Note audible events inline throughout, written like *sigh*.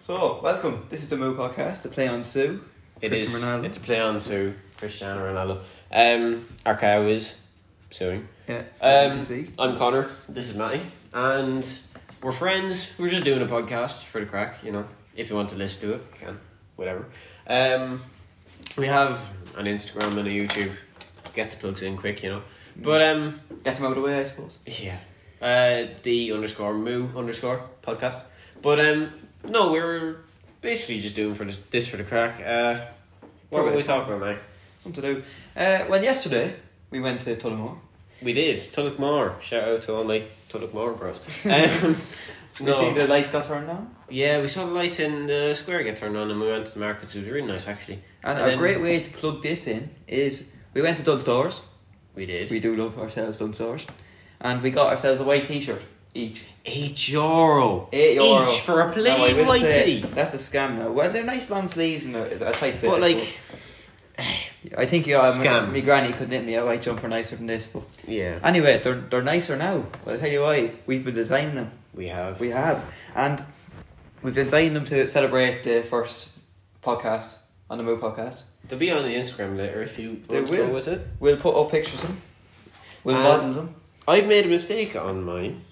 So, welcome. This is the Mo podcast, a play on Sue. It is. Cristiano Ronaldo. It's a play on Sue, Cristiano Ronaldo. Um, our cow is suing. Yeah. Um, you can see. I'm Connor. This is Matty, and we're friends. We're just doing a podcast for the crack, you know. If you want to listen to it, you can. Whatever. Um, we have an Instagram and a YouTube. Get the plugs in quick, you know. But um, Get them out of the way, I suppose. yeah. Uh, the underscore moo underscore podcast. But um, no, we're basically just doing for this, this for the crack. Uh, what were we talking about, mate? Something to do. Uh, well, yesterday we went to Tullamore. We did. Tullochmore. Shout out to only *laughs* Tullochmore bros. Um, We see no. the lights got turned on. Yeah, we saw the lights in the square get turned on and we went to the markets. It was really nice, actually. And, And a then- great way to plug this in is we went to Dunstores. We did. We do love ourselves Dunstores. And we got ourselves a white t shirt each. Eight euro. Eight euro. Each for a Now, I plain will white say, tee. That's a scam now. Well, they're nice long sleeves and a, a tight fit. But, I like, suppose. I think you uh, Scam. My, my granny could knit me a white jumper nicer than this. But yeah, anyway, they're, they're nicer now. Well, I'll tell you why. We've been designing them. we have. We have. And we've been signing them to celebrate the first podcast on the Moo podcast. They'll be on the Instagram later if you They want to go will. with it. We'll put up pictures of them. We'll Um, model them. I've made a mistake on mine.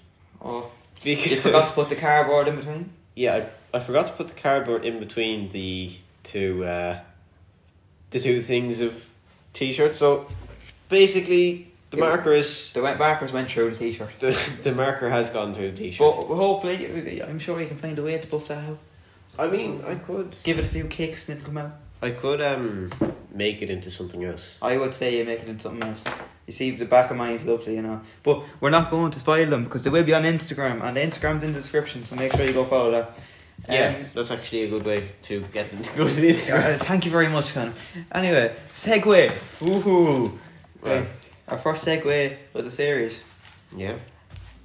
Oh, you forgot Because, to put the cardboard in between. yeah, I, I forgot to put the cardboard in between the two, uh, the two things of t-shirts. So basically, the It- marker is They went backwards, went through the t-shirt. the, the marker has gone through the t-shirt. But hopefully, I'm sure you can find a way to buff that out. I mean, I could, Give it a few kicks and it'll come out. I could um make it into something else. I would say you make it into something else. You see, the back of mine's lovely, you know. But we're not going to spoil them because they will be on Instagram, and the Instagram's in the description, so make sure you go follow that. Yeah, Um, that's actually a good way to get them to go to the Instagram. Uh, thank you very much, Connor. Anyway, segue. Woohoo! Right. Right. Our first segue of the series. *laughs* Yeah,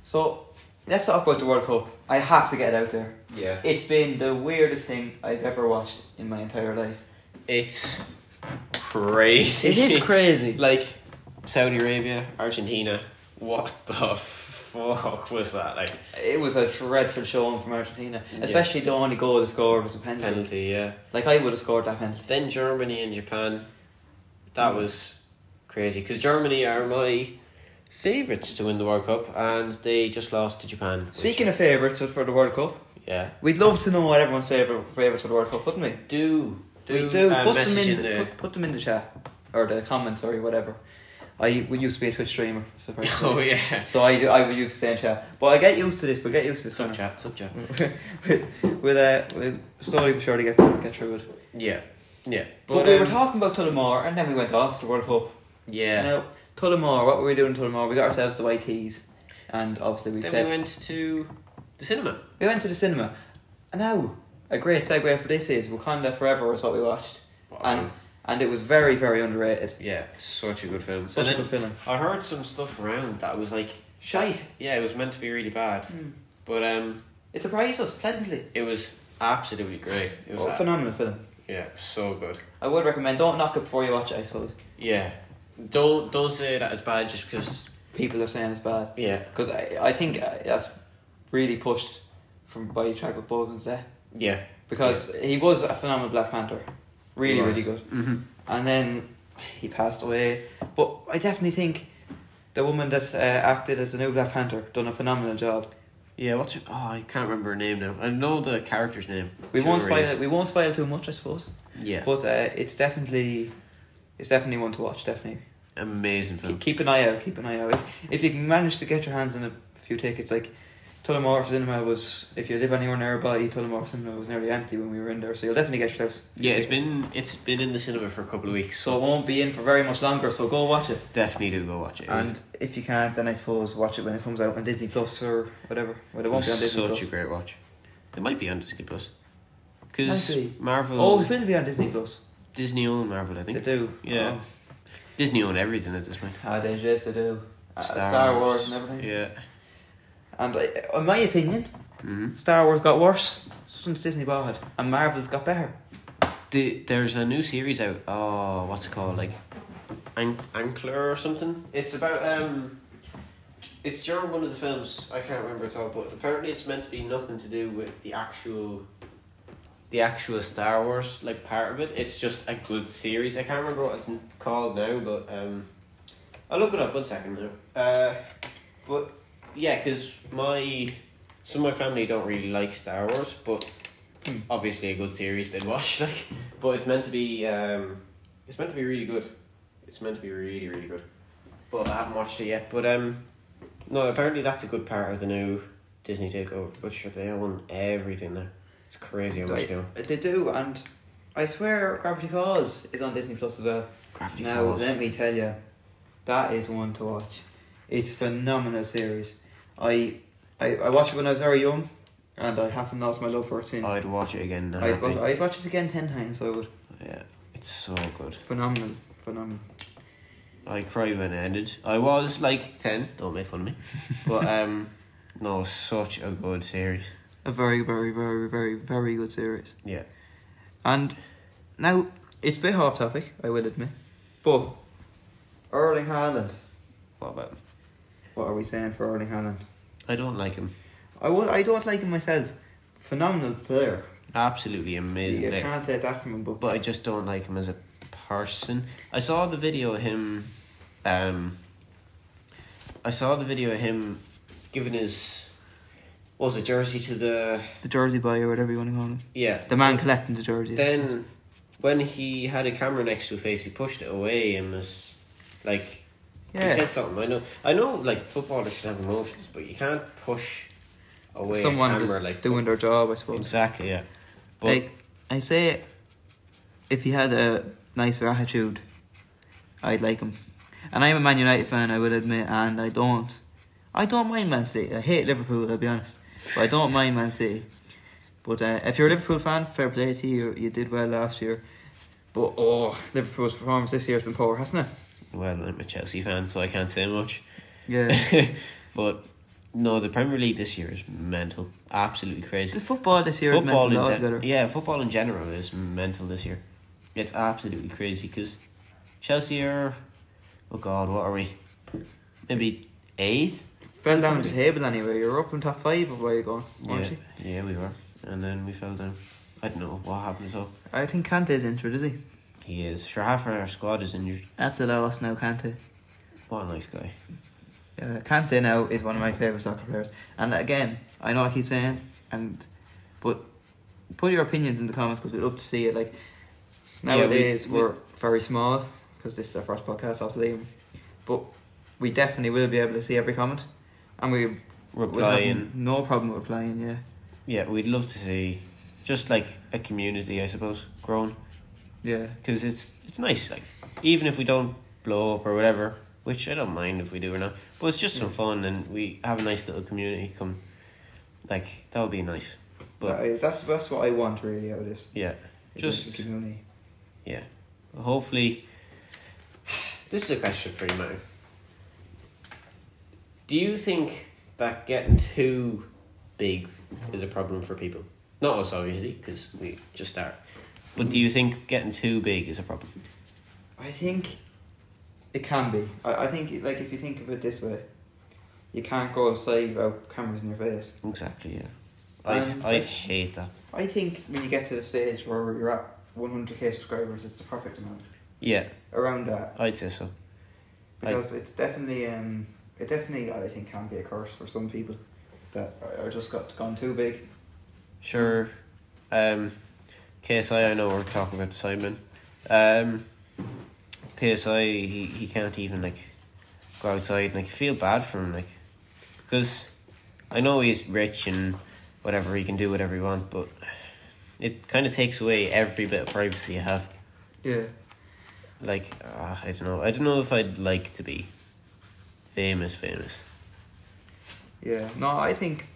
So, let's talk about the World Cup. I have to get it out there. yeah. It's been the weirdest thing I've ever watched in my entire life. It's *laughs* crazy. It *laughs* is crazy. like Saudi Arabia, Argentina. What the fuck was that? Like It was a dreadful showing from Argentina, Yeah. especially the only goal they scored was a penalty. penalty, yeah. Like, I would have scored that penalty. Then Germany and Japan. That was crazy because Germany are my favorites to win the World Cup, and they just lost to Japan. which- Speaking of favourites for the World Cup, yeah, we'd love to know what everyone's favourite favourites for the World Cup, wouldn't we? do do, we do. uh, put them message in, in the, the put, put them in the chat or the comments or whatever. I we used to be a Twitch streamer. *laughs* so very oh nice. yeah. So I do, I would use the same chat, but I get used to this. But get used to this. Sub Now. chat, sub chat. we'll, *laughs* we'll, uh, we'll slowly but surely get get through it. Yeah, yeah. But, we were um, talking about Tullamore, and then we went off to the World Cup. Yeah. Now Tullamore, what were we doing in Tullamore? We got ourselves the white tees, and obviously we then said we went to the cinema. we went to the cinema. And now a great segue for this is Wakanda Forever is what we watched, and and it was very very underrated. Um, yeah, such a good film. Such And a then- good film. I heard some stuff around that was like, Shite. yeah, it was meant to be really bad, Mm. but um, It surprised us pleasantly. it was absolutely great. It was Oh, a- phenomenal film. yeah, so good. I would recommend. Don't knock it before you watch it. I suppose Yeah, don't don't say that it's bad just because. people are saying it's bad Yeah, because I, I think uh, that's really pushed from by Chadwick Boseman's there yeah, because he was a phenomenal Black Panther, really He was. really good. mm-hmm. And then he passed away, but I definitely think the woman that uh, acted as the new Black Panther done a phenomenal job. yeah. What's her, oh, I can't remember her name now. I know the character's name. We Sure won't it spoil is. it. We won't spoil too much, I suppose. Yeah, But uh, it's definitely, it's definitely one to watch. Definitely. amazing film. Keep, keep an eye out. Keep an eye out. If, if you can manage to get your hands on a few tickets, like Tullamore Cinema was, if you live anywhere nearby, Tullamore Cinema was nearly empty when we were in there, so you'll definitely get yourselves. Yeah, it's tickets. been it's been in the cinema for a couple of weeks, So so it won't be in for very much longer. So go watch it, definitely do go watch it. It was- and if you can't, then I suppose watch it when it comes out on Disney Plus or whatever. Well, it it won't be on was Disney such Plus. a great watch. It might be on Disney Plus Might because be. Marvel. Oh, it will be on Disney Plus. Disney own Marvel, I think. They do. Yeah. Disney own everything at this point. Oh. Ah, they yes, they do. Uh, Star, Wars and everything. Yeah. And uh, in my opinion, hmm Star Wars got worse since Disney bought it, and Marvel got better. The, there's a new series out. Oh, what's it called? Like, An- Ankler or something. It's about um. It's during one of the films. I can't remember at all, but apparently it's meant to be nothing to do with the actual the actual Star Wars like part of it. It's just a good series. I can't remember what it's n- called now, but um, I'll look it up one second now. Uh, but yeah, because my some of my family don't really like Star Wars, but Hmm. obviously a good series they'd watch. *laughs* Like, but it's meant to be um, it's meant to be really good. It's meant to be really really good. But I haven't watched it yet. But um, no, apparently that's a good part of the new Disney takeover. But sure, they own everything now. It's crazy how much they own. They do, and I swear Gravity Falls is on Disney Plus as well. Gravity Now let me tell you, that is one to watch. It's a phenomenal series. I, I I watched it when I was very young, and I haven't lost my love for it since. I'd watch it again. Now, I'd, wa- I'd watch it again ten times. I would. yeah, it's so good. Phenomenal, phenomenal. I cried when it ended. I was like ten. Don't make *laughs* fun of me. But um, no, such a good series. A very, very, very, very, very good series. Yeah. And now it's a bit off topic, I will admit, but Erling Haaland. What about? Him? What are we saying for Erling Haaland? I don't like him. I will, I don't like him myself. Phenomenal player. Absolutely amazing. you player. can't take that from him, but but I just don't like him as a person. I saw the video of him. Um, I saw the video of him giving his what was it jersey to the the jersey boy or whatever you want to call him. yeah The man collecting the jerseys. Then when he had a camera next to his face, he pushed it away and was like he yeah, said something. I know, I know, like footballers can have emotions, but you can't push away someone a camera just like doing their job, I suppose. exactly yeah. But Like I say, if he had a nicer attitude, I'd like him. And I'm a Man United fan, I will admit, and I don't, I don't mind Man City. I hate Liverpool, I'll be honest, but I don't mind Man City. But uh, if you're a Liverpool fan, fair play to you. You did well last year, but oh, Liverpool's performance this year has been poor, hasn't it? well, I'm a Chelsea fan, so I can't say much. Yeah. *laughs* but no, the Premier League this year is mental, absolutely *laughs* the crazy. football this year is mental in gen- altogether. yeah, football in general is mental this year. It's absolutely crazy because Chelsea are, oh God, what are we? Maybe eighth. Fell down the table anyway. You're up in top five of where you're going, Yeah, weren't you? yeah, we were, and then we fell down. I don't know what happened. So I think Kante's injured, is he? he is. Sure, half of our squad is injured. That's a loss now, Kante. What a nice guy. Uh, Kante now is one of my favourite soccer players. And again, I know I keep saying, and but put your opinions in the comments because we'd love to see it. Like Yeah, we- nowadays, we- we, are very small because this is our first podcast, obviously. But we definitely will be able to see every comment, and we will Replying. have no problem with replying. Yeah, Yeah, we'd love to see, just like a community, I suppose, grown. yeah. because it's it's nice. Like even if we don't blow up or whatever, which I don't mind if we do or not, but it's just some fun and we have a nice little community. Come, like that would be nice. But I- that's that's what I want really out of this. yeah, is Just- the community. yeah. Hopefully, this is a question for you, Mario. Do you think that getting too big is a problem for people? Not us, obviously, because we just start. But do you think getting too big is a problem? I think it can be. I, I think like if you think of it this way, you can't go outside without cameras in your face. Exactly. Yeah. I'd, Um, I'd hate that. I think when you get to the stage where you're at 100k subscribers, it's the perfect amount Yeah, around that I'd say so. Like- because it's definitely um it definitely I think can be a curse for some people that are- are just got gone too big. Sure. Um, KSI, I know we're talking about Simon. Um, KSI, he, he can't even like go outside. Like, I feel bad for him, like, because I know he's rich and whatever he can do whatever he wants, but it kind of takes away every bit of privacy you have. Yeah. Like, uh, I don't know. I don't know if I'd like to be famous, famous. Yeah, no, I think,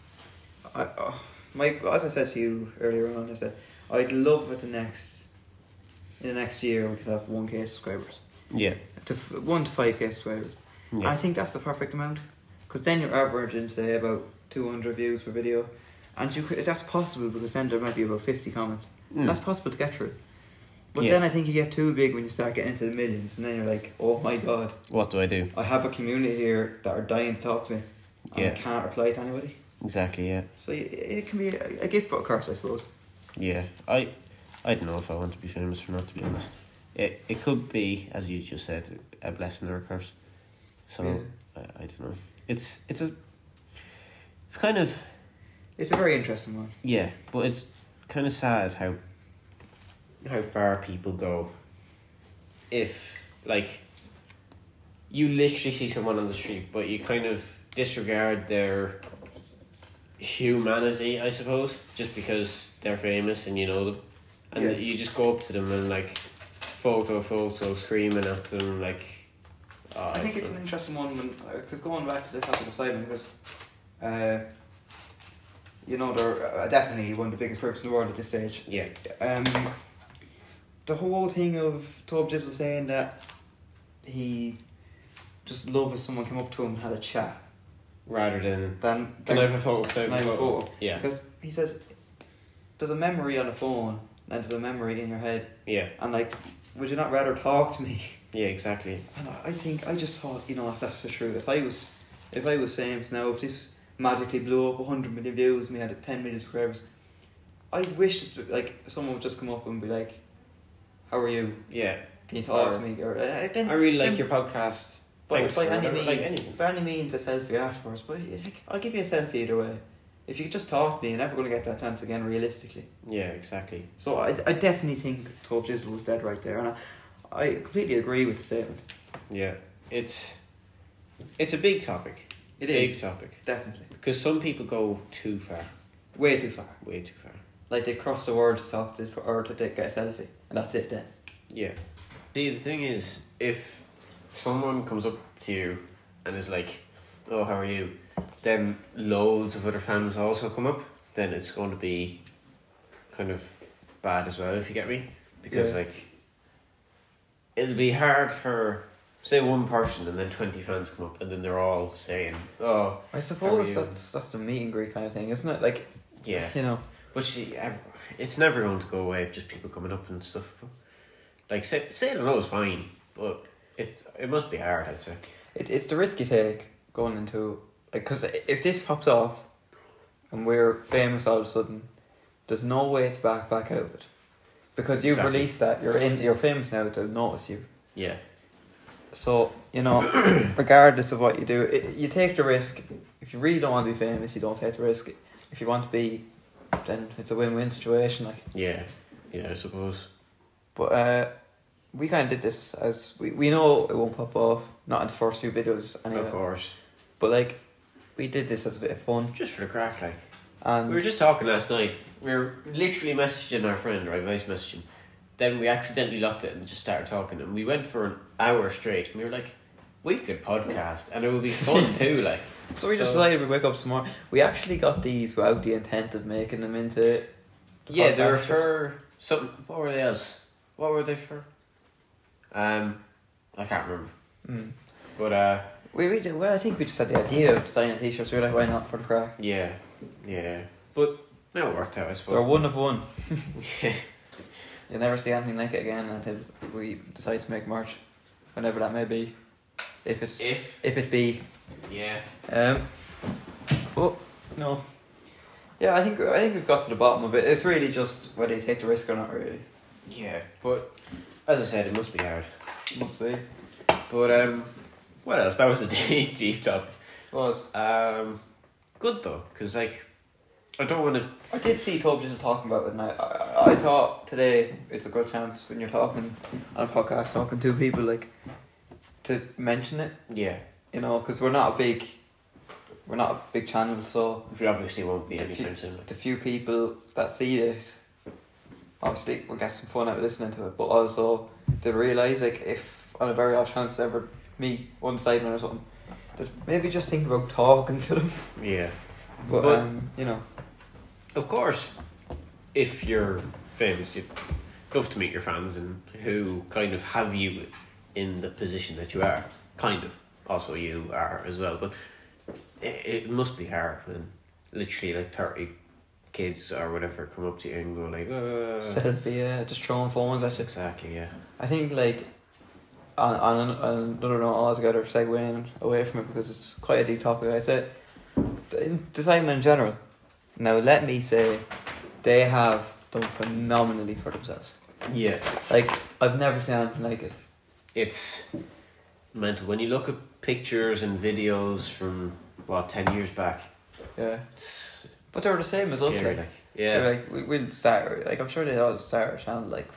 I, uh, my as I said to you earlier on, I said I'd love at the next, in the next year we could have one k subscribers Yeah. to f- one to five k subscribers. Yeah. I think that's the perfect amount, because then you're averaging say about two hundred views per video, and you could, that's possible because then there might be about fifty comments. Mm. That's possible to get through. But Yeah. then I think you get too big when you start getting into the millions, and then you're like, oh my god, What do I do? I have a community here that are dying to talk to me, and I Yeah. can't reply to anybody. Exactly, yeah. So it, it can be a, a gift but a curse, I suppose. Yeah, I, I don't know if I want to be famous or not. To be honest, it it could be as you just said a blessing or a curse. So I, I don't know. It's it's a. It's kind of It's a very interesting one. yeah, but it's kind of sad how. How far people go. If like. You literally see someone on the street, but you kind of disregard their humanity, I suppose, just because they're famous and you know them, and Yeah. you just go up to them and like photo photo screaming at them like. "Oh, I think it's don't-" an interesting one when because going back to the topic of Simon, because uh, you know they're uh, definitely one of the biggest groups in the world at this stage. yeah Um, the whole thing of Tob Jizzle saying that he just loved if someone came up to him and had a chat. rather than Then can I have a photo? Can I Can have a photo? Yeah, Because he says there's a memory on the phone, then there's a memory in your head, yeah, and like, would you not rather talk to me? yeah, exactly. And I- I think I just thought, you know, that's, that's the truth. If I was, if I was famous now, if this magically blew up hundred million views and we had ten million subscribers, I wish that, like someone would just come up and be like, "How are you? Yeah, Can you talk Or- to me?" Or uh, then, I really like then- your podcast. But Thanks by for any whatever, means, like anything. by any means, a selfie afterwards. But like, I'll give you a selfie either way. If you just talk to me, you're never going to get that chance again, realistically. Yeah, exactly. So I, I definitely think Tob Jizzle was dead right there, and I, I completely agree with the statement. Yeah, it's it's a big topic. It big is topic definitely because some people go too far, way too far. way too far. Like they cross the word to talk to this, or to take, get a selfie, and that's it then. Yeah. See, the thing is, if someone comes up to you and is like, "Oh, how are you?" then loads of other fans also come up. Then it's going to be kind of bad as well, if you get me, because Yeah. like it'll be hard for say one person and then twenty fans come up and then they're all saying, "Oh, I suppose you? that's- that's the meet and greet kind of thing, isn't it? Like yeah." you know, But she, ev- it's never going to go away. Just people coming up and stuff. But, like say, saying hello is fine, but it's it must be hard. I'd say. it, it's the risk you take going into because if this pops off, and we're famous all of a sudden, there's no way to back back out of it, because you've Exactly. released that you're in you're famous now. They'll notice you. Yeah, So you know, *coughs* regardless of what you do, it, you take the risk. If you really don't want to be famous, you don't take the risk. If you want to be, then it's a win-win situation. Like, yeah, yeah. I suppose. but uh, we kind of did this as we, we know it won't pop off, not in the first few videos anyway. Of course, But like, we did this as a bit of fun, just for the crack. Like we and were just talking last night. We were literally messaging our friend, right? Voice messaging. Then we accidentally locked it and just started talking, and we went for an hour straight. And we were like, we could podcast, and it would be fun too. Like so we just so- decided we wake up some more. We actually got these without the intent of making them into. the Yeah, they were podcast. for something. What were they else? What were they for? Um, I can't remember. Mm. But uh, We, we did, well, I think we just had the idea of designing t-shirts. We were like, why not for the crack? yeah, yeah. But no, it worked out. I They're suppose. one of one. *laughs* yeah, You'll never see anything like it again until we decide to make merch, whenever that may be. If it's if if it be. yeah, Um, oh no. Yeah, I think I think we've got to the bottom of it. It's really just whether you take the risk or not. Really, yeah. But as I said, it must be hard. must be. But um, what else? That was a *laughs* deep, deep topic. Was Um, good though, because like, I don't want to. I did see Toby just talking about it, and I, I I thought today it's a good chance when you're talking on a podcast, talking to people like to mention it. Yeah, You know, because we're not a big, we're not a big channel, so. we obviously won't be anytime soon. Like. the few people that see this obviously will get some fun out of listening to it, but also they realise like if on a very off chance they ever meet one sideman or something, that maybe just think about talking to them. *laughs* Yeah. But, But- um, you know, Of course, if you're famous, you'd love to meet your fans and who kind of have you in the position that you are. Kind of. Also, you are as well. But it, it must be hard when literally like 30 kids or whatever come up to you and go like, uh. selfie, yeah, just throwing phones at you. Exactly, yeah. I think like on on, an- on another note altogether, segueing away from it because it's quite a deep topic. I said design in general. Now let me say, they have done phenomenally for themselves. Yeah, Like I've never seen anything like it. it's mental. When you look at pictures and videos from what ten years back, Yeah, it's but they were the same as us. scary, Like, they yeah, were like we, we'll start. Like I'm sure they all start a channel. Like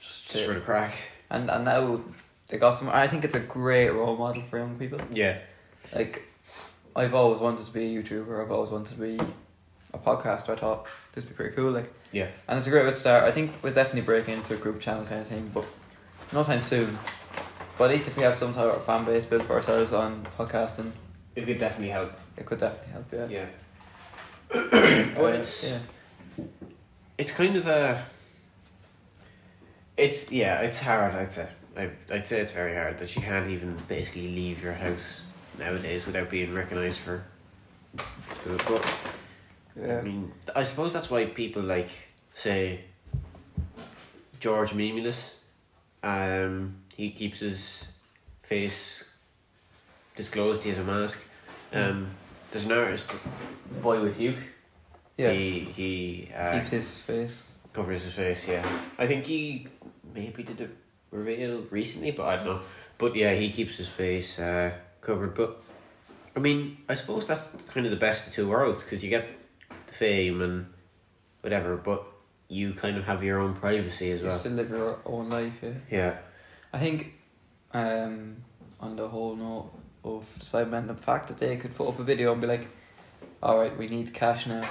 just, just to- for the crack. and and now they got some. I think it's a great role model for young people. Yeah, Like I've always wanted to be a YouTuber. I've always wanted to be a podcaster. I thought this would be pretty cool. Like yeah, and it's a great way to start. I think we'll definitely break into a group channel kind of thing, but no time soon. But at least if we have some type of fan base built for ourselves on podcasting, it could definitely help. it could definitely help. Yeah. Yeah, Uh, *coughs* but it's yeah. it's kind of a. It's yeah, it's hard. I'd say I I'd say it's very hard that you can't even basically leave your house nowadays without being recognised for. for it. But I mean, th- I suppose that's why people like say George Mimulus. Um, he keeps his face disclosed. He has a mask. Um, there's an artist, boy with Hugh. Yeah. He he uh, Keep his face. covers his face. Yeah, I think he maybe did a reveal recently, but I don't know. But yeah, he keeps his face uh, covered. But I mean, I suppose that's kind of the best of two worlds because you get the fame and whatever, but you kind of have your own privacy as You well. still live your own life. Yeah. Yeah, I think, um, on the whole note of the Sidemen, the fact that they could put up a video and be like, "All right, we need cash now.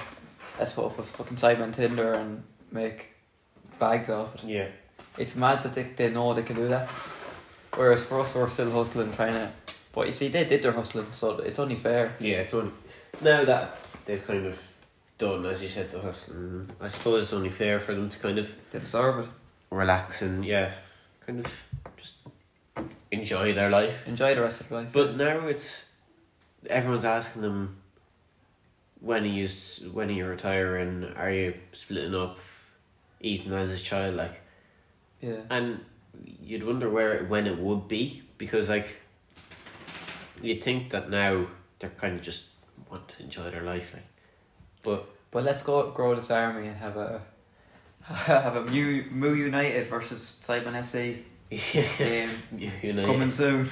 Let's put up a fucking Sidemen Tinder and make bags off it." yeah, It's mad that they, they know they can do that. Whereas for us, we're still hustling, trying to. But you see, they did their hustling, so it's only fair. yeah. It's only now that they've kind of done, as you said, the hustle. I suppose it's only fair for them to kind of They deserve it. relax and yeah, kind of just enjoy their life. Enjoy the rest of your life. But now it's everyone's asking them when are you s- when are you retiring? Are you splitting up? Ethan as his child, like, yeah, and you'd wonder where when it would be because like you'd think that now they're kind of just want to enjoy their life, like, but but let's go grow this army and have a *laughs* have a Mu Mu United versus Sidemen FC yeah, game *laughs* you know, coming soon.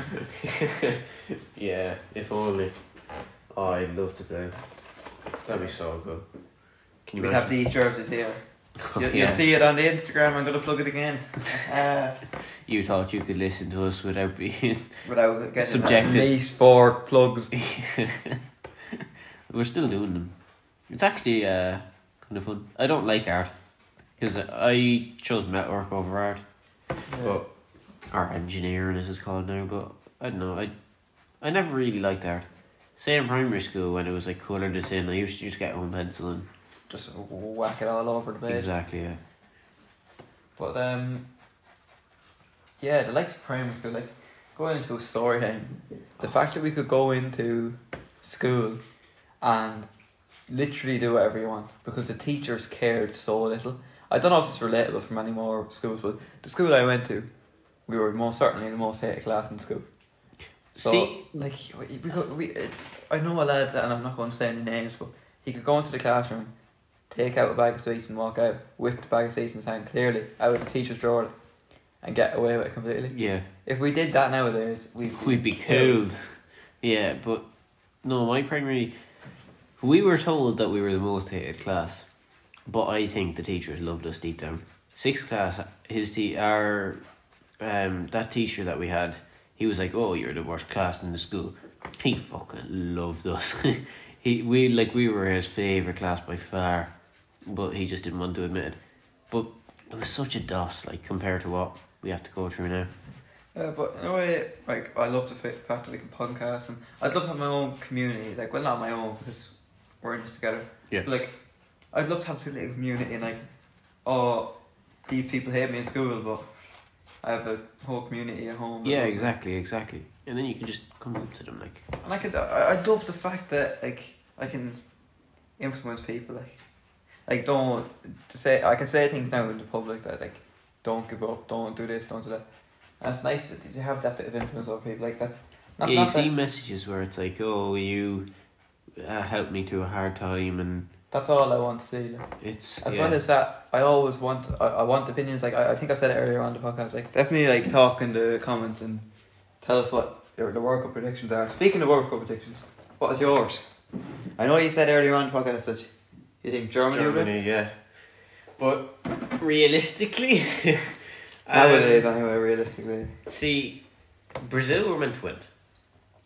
*laughs* yeah, if only. Oh, I'd love to play. That'd be so good. Can We have these jerseys here. *laughs* You, Yeah. You'll see it on the Instagram. I'm gonna plug it *laughs* again uh, You thought you could listen to us without being. *laughs* without getting Subjected. at least four plugs. We're still doing them. It's actually uh, kind of fun. I don't like art because I chose network over art, but or engineering as it's called now. But I don't know. I I never really liked art. Say in primary school when it was like colour this in, I used to just get one pencil and Just whack it all over the place. exactly yeah. But um, yeah, the likes of primary school, like going into a story time, the fact that we could go into school and literally do whatever you want because the teachers cared so little. I don't know if it's relatable from any more schools, but the school I went to, we were most certainly the most hated class in school. So, See- like, we could, we, it, I know a lad, and I'm not going to say any names, but he could go into the classroom, take out a bag of sweets and walk out with the bag of sweets in his hand, clearly out of the teacher's drawer, and get away with it completely. Yeah, If we did that nowadays, we'd, we'd be killed. Yeah, but no, my primary. We were told that we were the most hated class, but I think the teachers loved us deep down. Sixth class, his te- our, um, that teacher that we had, he was like, "Oh, you're the worst class in the school." He fucking loved us. *laughs* he we like we were his favorite class by far, but he just didn't want to admit it. But it was such a dust, like compared to what we have to go through now. Uh, but in a way, like I love the fa- fact that we can podcast, and I'd love to have my own community. Like, well, not my own because we're in this together. Yeah. But, like, I'd love to have a little community, and like, oh, these people hate me in school, but I have a whole community at home. Yeah, and- exactly, exactly. And then you can just come up to them like, And I could, I, I love the fact that like I can influence people. Like, like don't to say I can say things now in the public that like don't give up, don't do this, don't do that. And it's nice that you have that bit of influence over people. Like that's not, yeah, not you that- see messages where it's like, oh, you uh, helped me through a hard time, and That's all I want to see. Like. It's As yeah. well as that, I always want I, I want opinions. Like I, I think I said it earlier on the podcast. Like definitely like talk in the comments and tell us what your, the World Cup predictions are. Speaking of World Cup predictions, what is yours? I know you said earlier on the podcast that you think Germany, will win. Germany, yeah. But realistically, *laughs* Uh, um, Nowadays, anyway, realistically, see, Brazil were meant to win.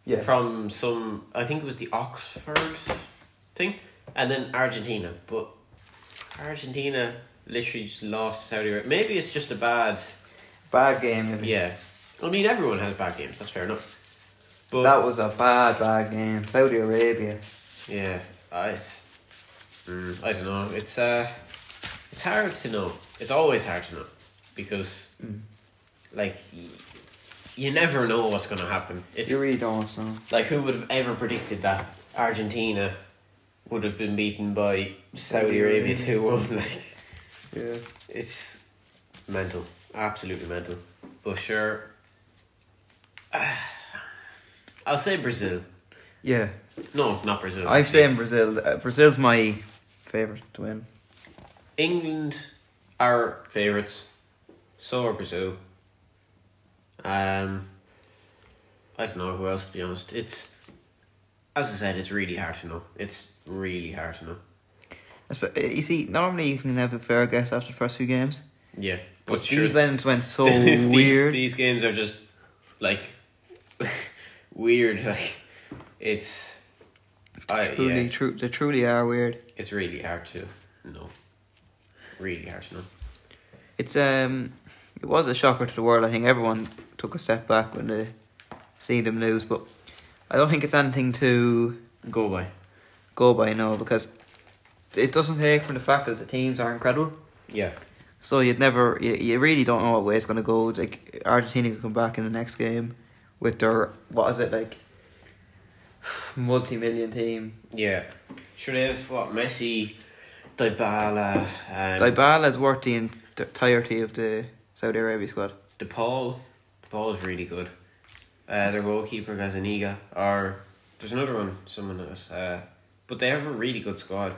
yeah, From some, I think it was the Oxford thing, and then Argentina. But Argentina literally just lost to Saudi Arabia. Maybe it's just a bad. bad game. maybe. Yeah. I mean, everyone has bad games, that's fair enough. But, That was a bad, bad game. Saudi Arabia. yeah, I, it's- mm, I don't know. It's, uh, it's hard to know. It's always hard to know. Because, Mm. like, y- you never know what's going to happen. It's You really don't know. Like, who would have ever predicted that Argentina would have been beaten by Saudi Arabia 2 1? *laughs* Like, Yeah. it's mental. Absolutely mental. But sure. *sighs* I'll say Brazil. Yeah. No, not Brazil. I'm saying Brazil. Uh, Brazil's my favourite to win. England are favourites. So are Brazil. Um, I don't know who else. To be honest, it's as I said, it's really hard to know. It's really hard to know. I spe- eh, You see, normally you can have a fair guess after the first few games. Yeah, But but sure. these ones went so *laughs* these, weird. These games are just like *laughs* weird. Like it's, I, truly, yeah, tru- they truly are weird. it's really hard to know. Really hard to know. It's um, it was a shocker to the world. I think everyone took a step back when they seen them news, but I don't think it's anything to Go by. go by now because it doesn't take from the fact that the teams are incredible. Yeah. So you'd never, you, you really don't know what way it's gonna go. Like Argentina could come back in the next game with their what is it like *sighs* multi-million team. Yeah. Should have what Messi, Dybala, um, Dybala's worth the ent- entirety of the Saudi Arabia squad. DePaul. DePaul is really good. Uh, their goalkeeper Gazaniga, or there's another one, someone else. Uh, but they have a really good squad.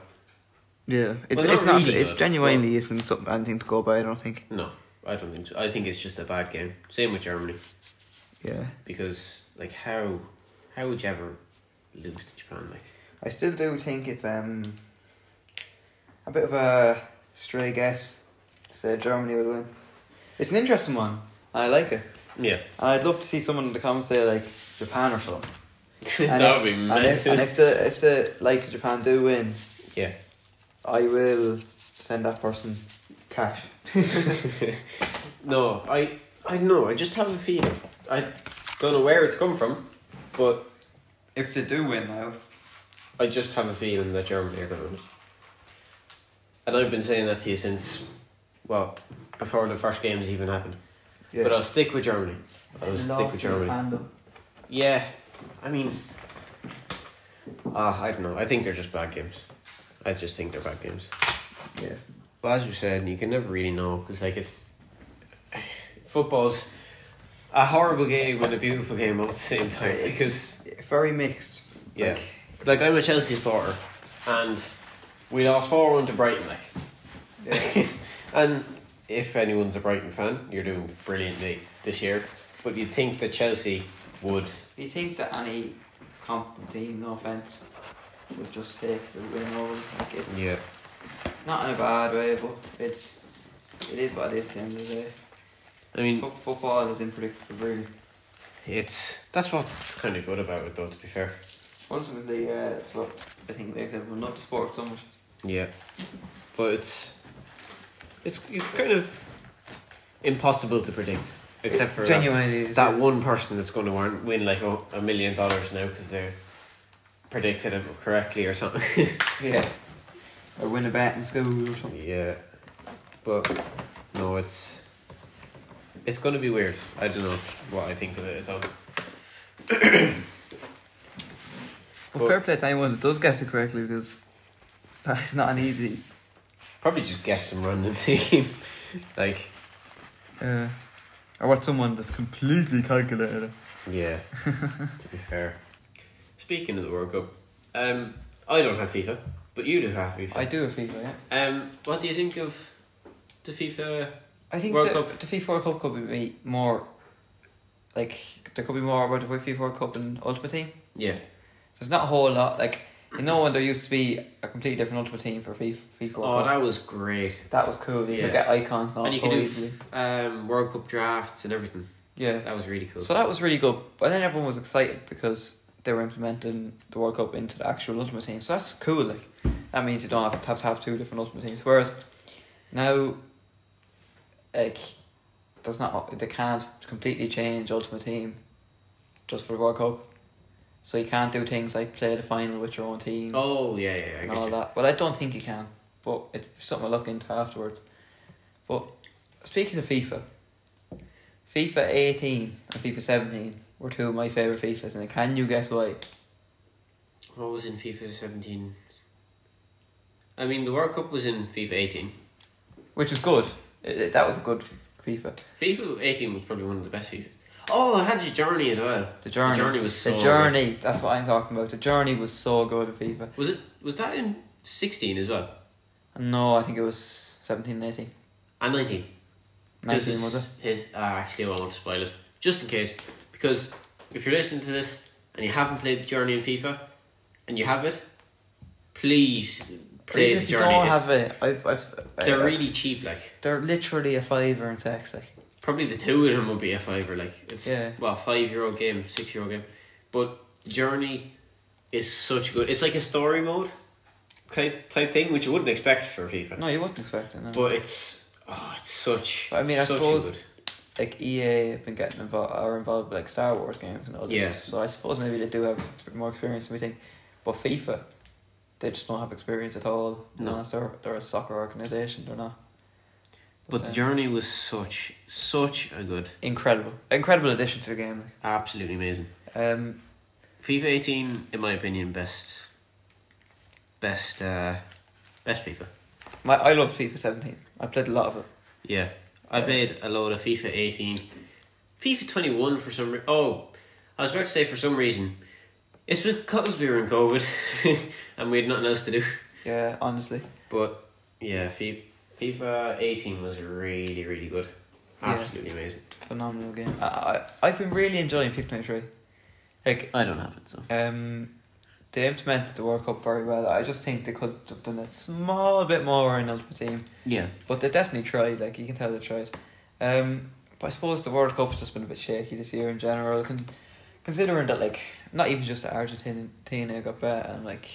Yeah, it's Well, it's not not, really it's good, genuinely isn't something anything to go by. I don't think. No, I don't think so. I think it's just a bad game. Same with Germany Yeah, because like how how would you ever lose to Japan? Like I still do think it's um a bit of a stray guess to say Germany will win. It's an interesting one, and I like it. yeah, *laughs* And I'd love to see someone in the comments say like Japan or something. And that if- would be and if, massive. and if the if the like Japan do win, yeah. I will send that person cash. *laughs* no, I I don't know. I just have a feeling. I don't know where it's come from, but If they do win now, I just have a feeling that Germany are going to win. And I've been saying that to you since, well, before the first games even happened. yeah. But I'll stick with Germany. I'll stick with Germany. Yeah, I mean, ah, I don't know. I think they're just bad games. I just think they're bad games. Yeah. Well, as you said, you can never really know because like it's *sighs* football's a horrible game and a beautiful game all at the same time It's- because very mixed. yeah, like I'm a Chelsea supporter, and we lost four one to Brighton. Like, Yeah. *laughs* and if anyone's a Brighton fan, you're doing brilliantly this year. But you'd think that Chelsea would Do you think that any competent team, no offence, would just take the win over? them? Like it's not in a bad way, but it's it is what it is at the end of the day. I mean, Fo- football is unpredictable, really. It's that's what's kind of good about it, though. To be fair, Ultimately, yeah, that's uh, what I think makes everyone love sport so much. yeah, but it's it's it's kind of impossible to predict, except for that, genuinely that one person that's going to win, win like a, a million dollars now because they predicted it correctly or something. *laughs* Yeah. or win a bet in school or something. yeah, but no, it's it's going to be weird. I don't know what I think of it. So Well, fair play to anyone that does guess it correctly because that is not an easy. probably just guess some random *laughs* team, like Uh, I watched someone that's completely *laughs* calculated. it. Yeah. to be fair. Speaking of the World Cup, um, I don't have FIFA, but you do have FIFA. I do have FIFA, yeah. Um, what do you think of the FIFA? I think World the, Cup. the FIFA World Cup could be more. Like, there could be more about the FIFA World Cup and Ultimate Team. Yeah, There's not a whole lot. Like, you know when there used to be a completely different Ultimate Team for FIFA, FIFA World oh, Cup? that was great. That, was cool. You Yeah. could get icons and all and you so could do easily. um, World Cup drafts and everything. Yeah. That was really cool. So that was really good. But then everyone was excited because they were implementing the World Cup into the actual Ultimate Team. So that's cool. Like that means you don't have to have, to have two different Ultimate Teams. Whereas now, like, there's not they can't completely change Ultimate Team just for the World Cup. So you can't do things like play the final with your own team oh yeah, yeah, yeah. I and get all you. that. But I don't think you can. But it's something to look into afterwards. But speaking of FIFA, FIFA 18 and FIFA 17 were two of my favourite FIFAs, and can you guess why? What was in FIFA 17? I mean, the World Cup was in FIFA 18. Which was good. It, it- that was a good FIFA. FIFA 18 was probably one of the best FIFAs. Oh, I had the Journey as well. The journey. The Journey was so The journey. That's what I'm talking about. The journey was so good in FIFA. Was it? Was that in 16 as well? No, I think it was 17 and 18. And 19? 19 This was it? is His, uh, actually, I won't spoil it. Just in case. Because if you're listening to this and you haven't played the Journey in FIFA and you have it, please play Even the if you Journey. don't It's- have it, I've, I've, they're I- really cheap, like. they're literally a fiver in sex. Like. Probably the two of them would be a fiver. Like it's Yeah. well, five year old game, six year old game, but Journey is such good. It's like a story mode type type thing, which you wouldn't expect for FIFA. No, you wouldn't expect it. No. But it's oh, it's such. But I mean, I such suppose- good. like EA have been getting involved are involved with like Star Wars games and all this. Yeah. So I suppose maybe they do have more experience than we think. But FIFA, they just don't have experience at all. No. No, they're they're a soccer organization. They're not. But the uh, Journey was such such a good, incredible, incredible addition to the game. absolutely amazing. Um, FIFA eighteen, in my opinion, best, best, uh, best FIFA. my I loved FIFA seventeen. I played a lot of it. Yeah, I Yeah. played a load of FIFA 18, FIFA 21 for some. Re- oh, I was about to say for some reason. It's because we were in COVID, *laughs* and we had nothing else to do. Yeah, honestly, But yeah, Fi- FIFA 18 was really really good, Yeah. absolutely amazing. phenomenal game. I, I I've been really enjoying FIFA twenty three. Like I don't have it so. um. They implemented the World Cup very well. I just think they could have done a small bit more in Ultimate Team. Yeah, But they definitely tried, like you can tell they tried. Um, but I suppose the World Cup's just been a bit shaky this year in general. Con- considering that, like, not even just that Argentina got better and like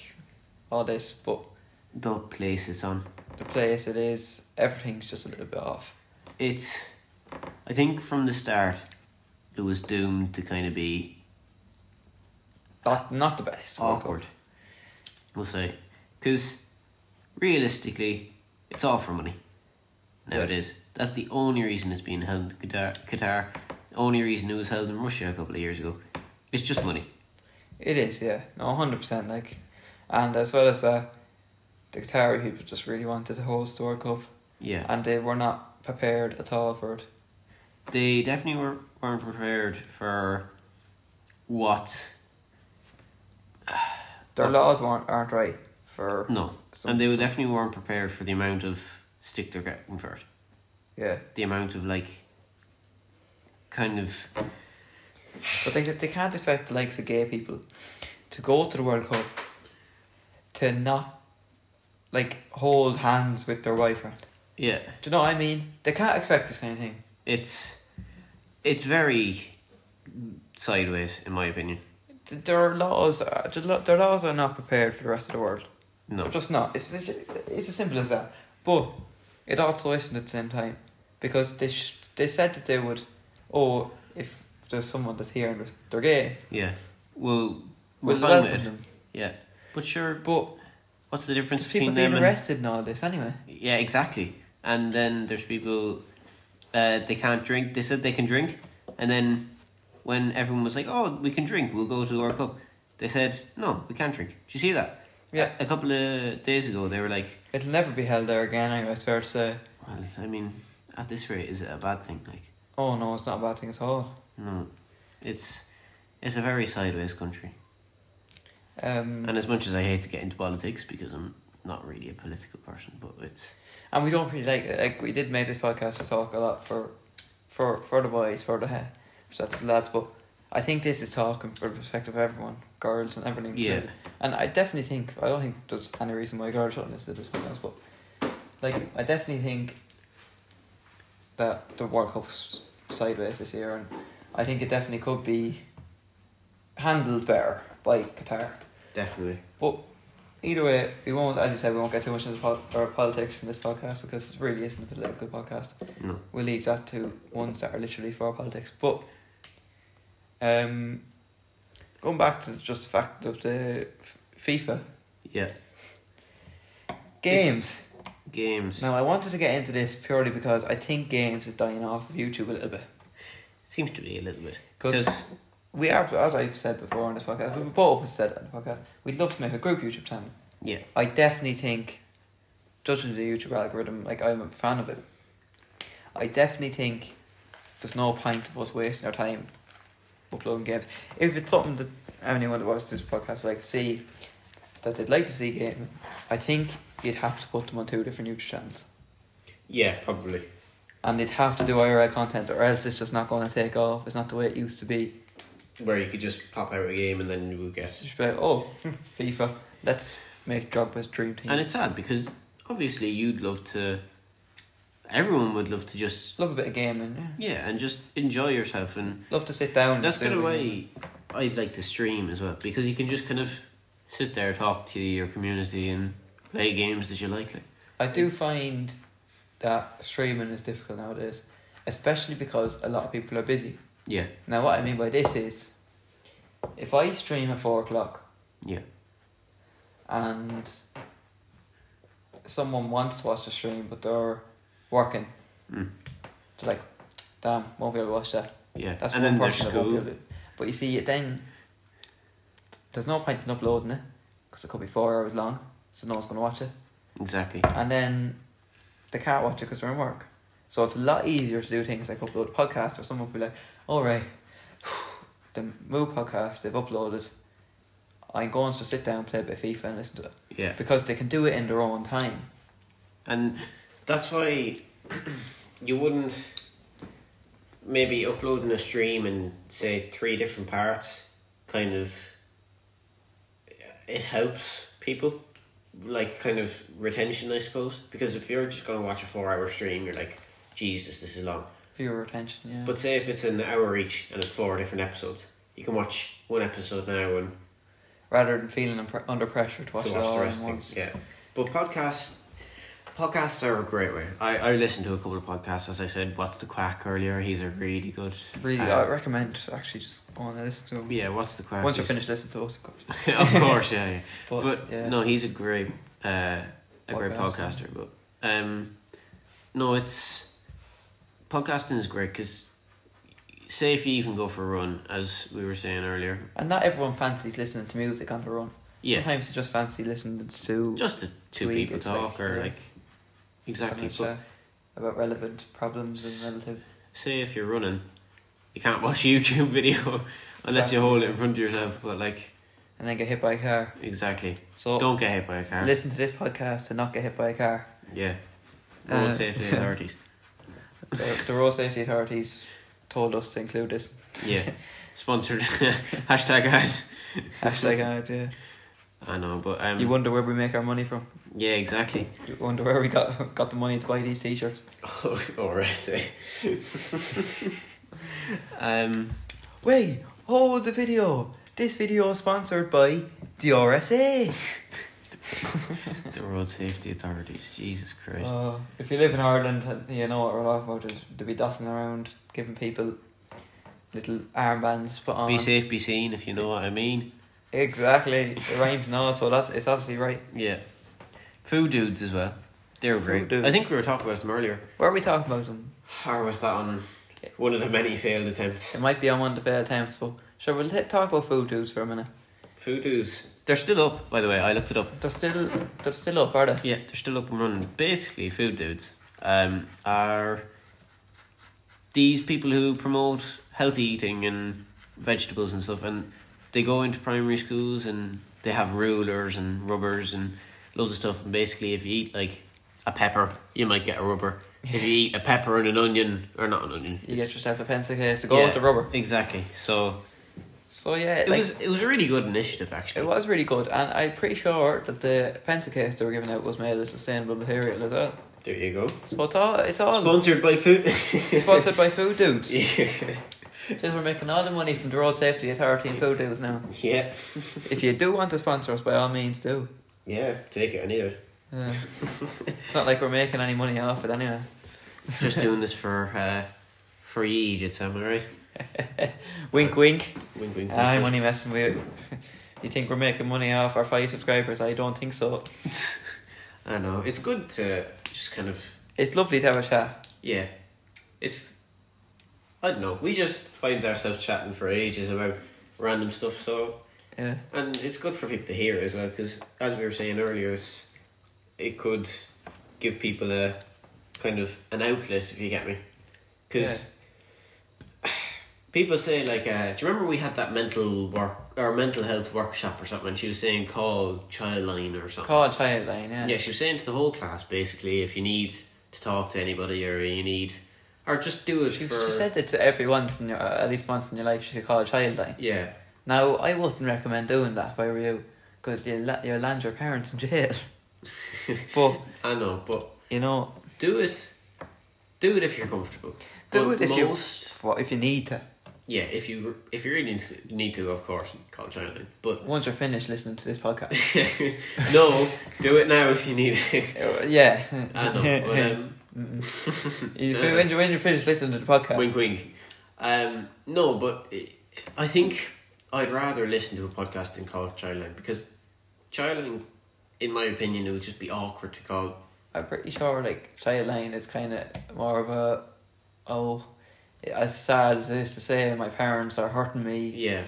all this, but the place it's on. the place it is, everything's just a little bit off. It's, I think from the start, it was doomed to kind of be Not not the best. World Cup. awkward. We'll say, because realistically, it's all for money. Now it Yeah. is. That's the only reason it's being held in Qatar. Qatar. The only reason it was held in Russia a couple of years ago. It's just money. It is, yeah, no, hundred percent. Like, and as well as that, the Qatari people just really wanted to host the World Cup, Yeah, and they were not prepared at all for it. they definitely were, weren't prepared for what. Their Well- laws weren't aren't right for No, some- Oh. and they were definitely weren't prepared for the amount of stick they're getting for it. yeah. The amount of like. Kind of But they, they can't expect the likes of gay people to go to the World Cup to not like hold hands with their boyfriend. yeah. Do you know what I mean? They can't expect the same thing. It's it's very sideways, in my opinion. Th- Their laws, are, the lo- their laws are not prepared for the rest of the world. No, They're just not. It's it's as simple as that. But it also isn't at the same time because they sh- they said that they would. Oh, if there's someone that's here and they're- they're gay, yeah. Well, we're we'll fine welcome with it. them. Yeah, but sure. But What's the difference there's people between being them and arrested and all this anyway. yeah, exactly? And then there's people. Uh, they can't drink. They said they can drink, and then when everyone was like, "Oh, we can drink. We'll go to the World Cup," they said, "No, we can't drink." Did you see that? Yeah. A couple of days ago, they were like, It'll never be held there again, anyway, it's fair to say. "Well, I mean, at this rate, is it a bad thing?" Like. Oh no, it's not a bad thing at all. No, it's it's a very sideways country. Um, And as much as I hate to get into politics because I'm not really a political person, but it's and we don't really like it. Like we did make this podcast to talk a lot for, for for the boys, for the he- for the lads. But I think this is talking for the perspective of everyone, girls and everything. too. Mm, yeah, And I definitely think I don't think there's any reason why girls shouldn't listen to this podcast, but like I definitely think that the World Cup's sideways this year, and I think it definitely could be handled better by Qatar. definitely. Either way, we won't, as you said, we won't get too much into pol- or politics in this podcast because it really isn't a political podcast. No. We'll leave that to ones that are literally for politics. But um, going back to just the fact of the F- FIFA Yeah. games. Games. Now, I wanted to get into this purely because I think games is dying off of YouTube a little bit. Seems to be a little bit. 'Cause- We are, as I've said before on this podcast, we both of us said it on the podcast, we'd love to make a group YouTube channel. yeah. I definitely think, judging the YouTube algorithm, like I'm a fan of it. I definitely think there's no point of us wasting our time uploading games. If it's something that anyone that watches this podcast would like to see, that they'd like to see game, I think you'd have to put them on two different YouTube channels, Yeah, probably. and they'd have to do IRL content, or else it's just not going to take off. It's not the way it used to be. Where you could just pop out a game and then we'll get. Just be like, oh, *laughs* hmm, FIFA, let's make Drogba's dream team. And it's sad because obviously you'd love to. Everyone would love to just love a bit of gaming. Yeah. yeah and just enjoy yourself and Love to sit down. and that's kind do of it. why I'd like to stream as well because you can just kind of sit there talk to your community and play games that you like. like. I do find that streaming is difficult nowadays, especially because a lot of people are busy. Yeah. Now, what I mean by this is, if I stream at four o'clock, Yeah. and someone wants to watch the stream but they're working, Mm. they're like, "Damn, won't be able to watch that." Yeah. That's and one then there's person that won't be school. able to. But you see, then there's no point in uploading it because it could be four hours long, so no one's gonna watch it. Exactly. and then they can't watch it because they're in work. So it's a lot easier to do things like upload a podcast or someone will be like, all right, *sighs* the Moo podcast they've uploaded, I'm going to sit down, play a bit of FIFA and listen to it. Yeah. Because they can do it in their own time. And that's why you wouldn't maybe uploading a stream in say three different parts kind of it helps people like kind of retention I suppose because if you're just going to watch a 4 hour stream you're like Jesus this is long Viewer attention, yeah. but say if it's an hour each and it's four different episodes you can watch one episode now and Rather than feeling impre- under pressure to watch, to it watch all the at rest of once. things. Yeah, but podcasts, podcasts are a great way. I I listened to a couple of podcasts. As I said, what's the quack earlier? He's a really good. Really, uh, I recommend actually just going and listen to them. yeah, what's the quack? Once you're He's- finished listening to us, of course. *laughs* of course, *laughs* yeah, yeah. But, But, yeah. no, he's a great, uh, a great Podcaster. podcaster. But um, no, it's podcasting is great because. Say if you even go for a run, as we were saying earlier. And not everyone fancies listening to music on their own. Yeah, Sometimes they just fancy listening to just the two Tweet, people it's like, talk or yeah. like, exactly. Sometimes, But uh, about relevant problems and relative. say if you're running, you can't *laughs* watch a YouTube video unless Exactly. you hold it in front of yourself. But like, and then get hit by a car. exactly, So don't get hit by a car. listen to this podcast and not get hit by a car. Yeah, road Uh, safety *laughs* authorities. The, the road safety authorities told us to include this. *laughs* Yeah, sponsored *laughs* hashtag ad. Hashtag *laughs* ad, yeah. I know, but um, You wonder where we make our money from. yeah, exactly. *laughs* You wonder where we got *laughs* got the money to buy these t-shirts. Oh, or essay. um, Wait, hold the video. This video is sponsored by the RSA. the road safety authorities. Jesus Christ. Uh, if you live in Ireland, uh, you know what we're talking about. is They'll be dossing around, giving people little armbands to put on. be safe, be seen. If you know what I mean. Exactly. It rhymes now, so that's it's obviously right. Yeah. Food dudes as well. They're great. Food I dudes. think we were talking about them earlier. Where are we talking about Um, them? Or was that on one of the many failed attempts? It might be on one of the fair attempts, but sure, we'll t- talk about food dudes for a minute. Fudu's. They're still up, by the way. I looked it up. They're still, they're still up, are they? Yeah, they're still up and running. Basically, food dudes um, are these people who promote healthy eating and vegetables and stuff, and they go into primary schools and they have rulers and rubbers and loads of stuff. And basically, if you eat like a pepper, you might get a rubber. *laughs* If you eat a pepper and an onion, or not an onion, You it's- get yourself a pencil case to go Yeah, with the rubber. *laughs* Exactly. So So yeah, it like, was it was a really good initiative actually. It was really good, and I'm pretty sure that the pencil case they were giving out was made of sustainable material as well. There you go. So it's all it's all Sponsored by food. *laughs* sponsored by Food Dudes. yeah. Because we're making all the money from the Road Safety Authority and Food Dudes now. yeah. If you do want to sponsor us, by all means do. Yeah. Take it. I need it. *laughs* Yeah. Um, it's not like we're making any money off it anyway. Just doing this for uh, for you idiots, am I right? Wink, wink. Wink, wink. I'm only messing with you. *laughs* You think we're making money off our five subscribers? I don't think so. I know. It's good to just kind of It's lovely to have a chat. yeah. It's I don't know. We just find ourselves chatting for ages about random stuff. So Yeah. and it's good for people to hear as well because as we were saying earlier, it's it could give people a kind of an outlet if you get me because. People say like, uh, do you remember we had that mental work or mental health workshop or something? And she was saying call Childline or something. Call Childline, yeah. Yeah, she was saying to the whole class basically, if you need to talk to anybody or you need, or just do it She, for. she said that to every once in your, uh, at least once in your life, you should call a childline. Yeah, *laughs* Now, I wouldn't recommend doing that if I were you, because you'll, la- you'll land your parents in jail. *laughs* but, I know, but you know, do it. Do it if you're comfortable. do it But if most, you well, if you need to. Yeah, if you if you really need to, need to of course, call China. But *laughs* Once you're finished listening to this podcast. no, do it now if you need it. *laughs* Uh, yeah. I know. *laughs* But, um, uh, Mm-mm. You fi- when, you, when you're finished listening to the podcast. Wink, wink. Um, no, but i- I think I'd rather listen to a podcast than call Childline because Childline, in my opinion, it would just be awkward to call. I'm pretty sure, like, Childline is kind of more of a, oh, as sad as it is to say, my parents are hurting me, Yeah,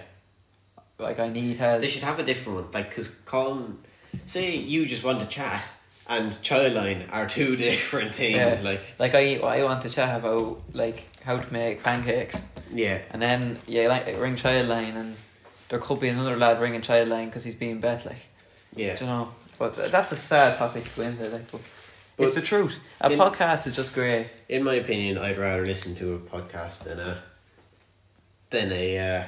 like, I need help. they should have a different one. Like, because calling, say you just want to chat, and Childline are two *laughs* different things. Yeah. Like, Like I, I want to chat about like how to make pancakes, yeah, and then yeah, like ring childline, and there could be another lad ringing childline because he's being bet like, yeah. you know. But th- that's a sad topic to go into, like, but, it's But the truth. A in- podcast is just great. *laughs* In my opinion, I'd rather listen to a podcast than a than a uh,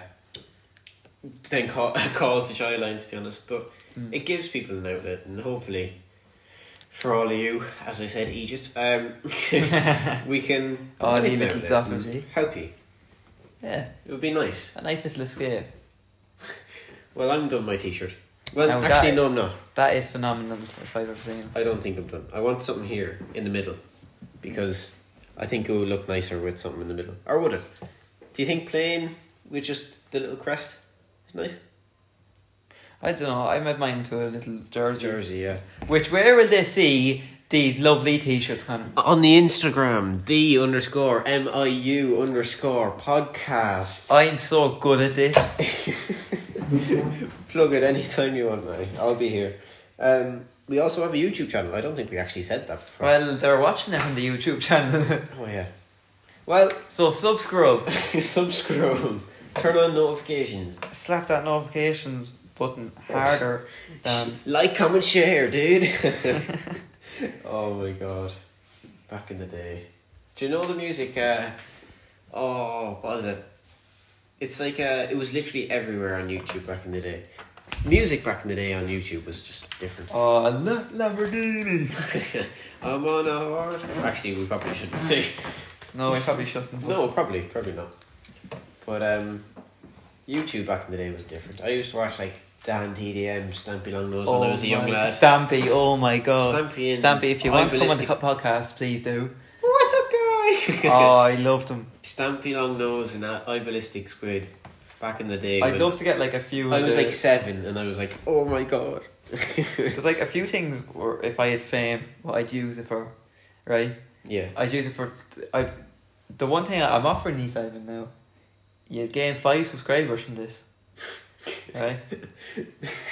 than call *laughs* a call to Shyline to be honest. But Mm. it gives people an outlet, and hopefully, for all of you, as I said, Egypt, um, *laughs* we can *laughs* All provide you an little outlet dossers, and eh? help you. Yeah, It would be nice. a nice little escape. Well, I'm done my T-shirt. Well, Now, actually, guy- no, I'm not. That is phenomenal if I've ever seen. it. I don't think I'm done. I want something here in the middle because I think it would look nicer with something in the middle. Or would it? Do you think plain with just the little crest is nice? I don't know. I might mind to a little jersey. Jersey, yeah. Which where will they see these lovely t-shirts, Connor? On the Instagram, the underscore M I U underscore podcast. I'm so good at this. Plug it anytime you want, mate. I'll be here. Um, we also have a YouTube channel. I don't think we actually said that before. Well, they're watching it on the YouTube channel. *laughs* oh, yeah. Well, *laughs* So subscribe, subscribe. Turn on notifications. slap that notifications button harder than *laughs* like, comment, share, dude. *laughs* oh my god. Back in the day. Do you know the music? Uh, oh, what was it? It's like uh, it was literally everywhere on YouTube back in the day. Music back in the day on YouTube was just different. *laughs* oh look Lamborghini. I'm on a horse. Actually, we probably shouldn't say. *laughs* No, I probably shouldn't. No, probably, probably not. But um, YouTube back in the day was different. I used to watch like Dan TDM, Stampy Longnose when I was a young Oh my- lad. Stampy, oh my god. Stampy, and Stampy, if you want to come on the Ballistic- co- podcast, please do. *laughs* What's up, *laughs* Oh, guy? I loved them. *laughs* Stampy long nose and I ballistic squid. Back in the day, I'd when love to get like a few. I was like seven, and I was like, "Oh my god!" *laughs* there's like a few things. Where if I had fame, what I'd use it for, right? yeah, I'd use it for. I, the one thing I'm offering you, Simon, now, you'd gain five subscribers from this, *laughs* right?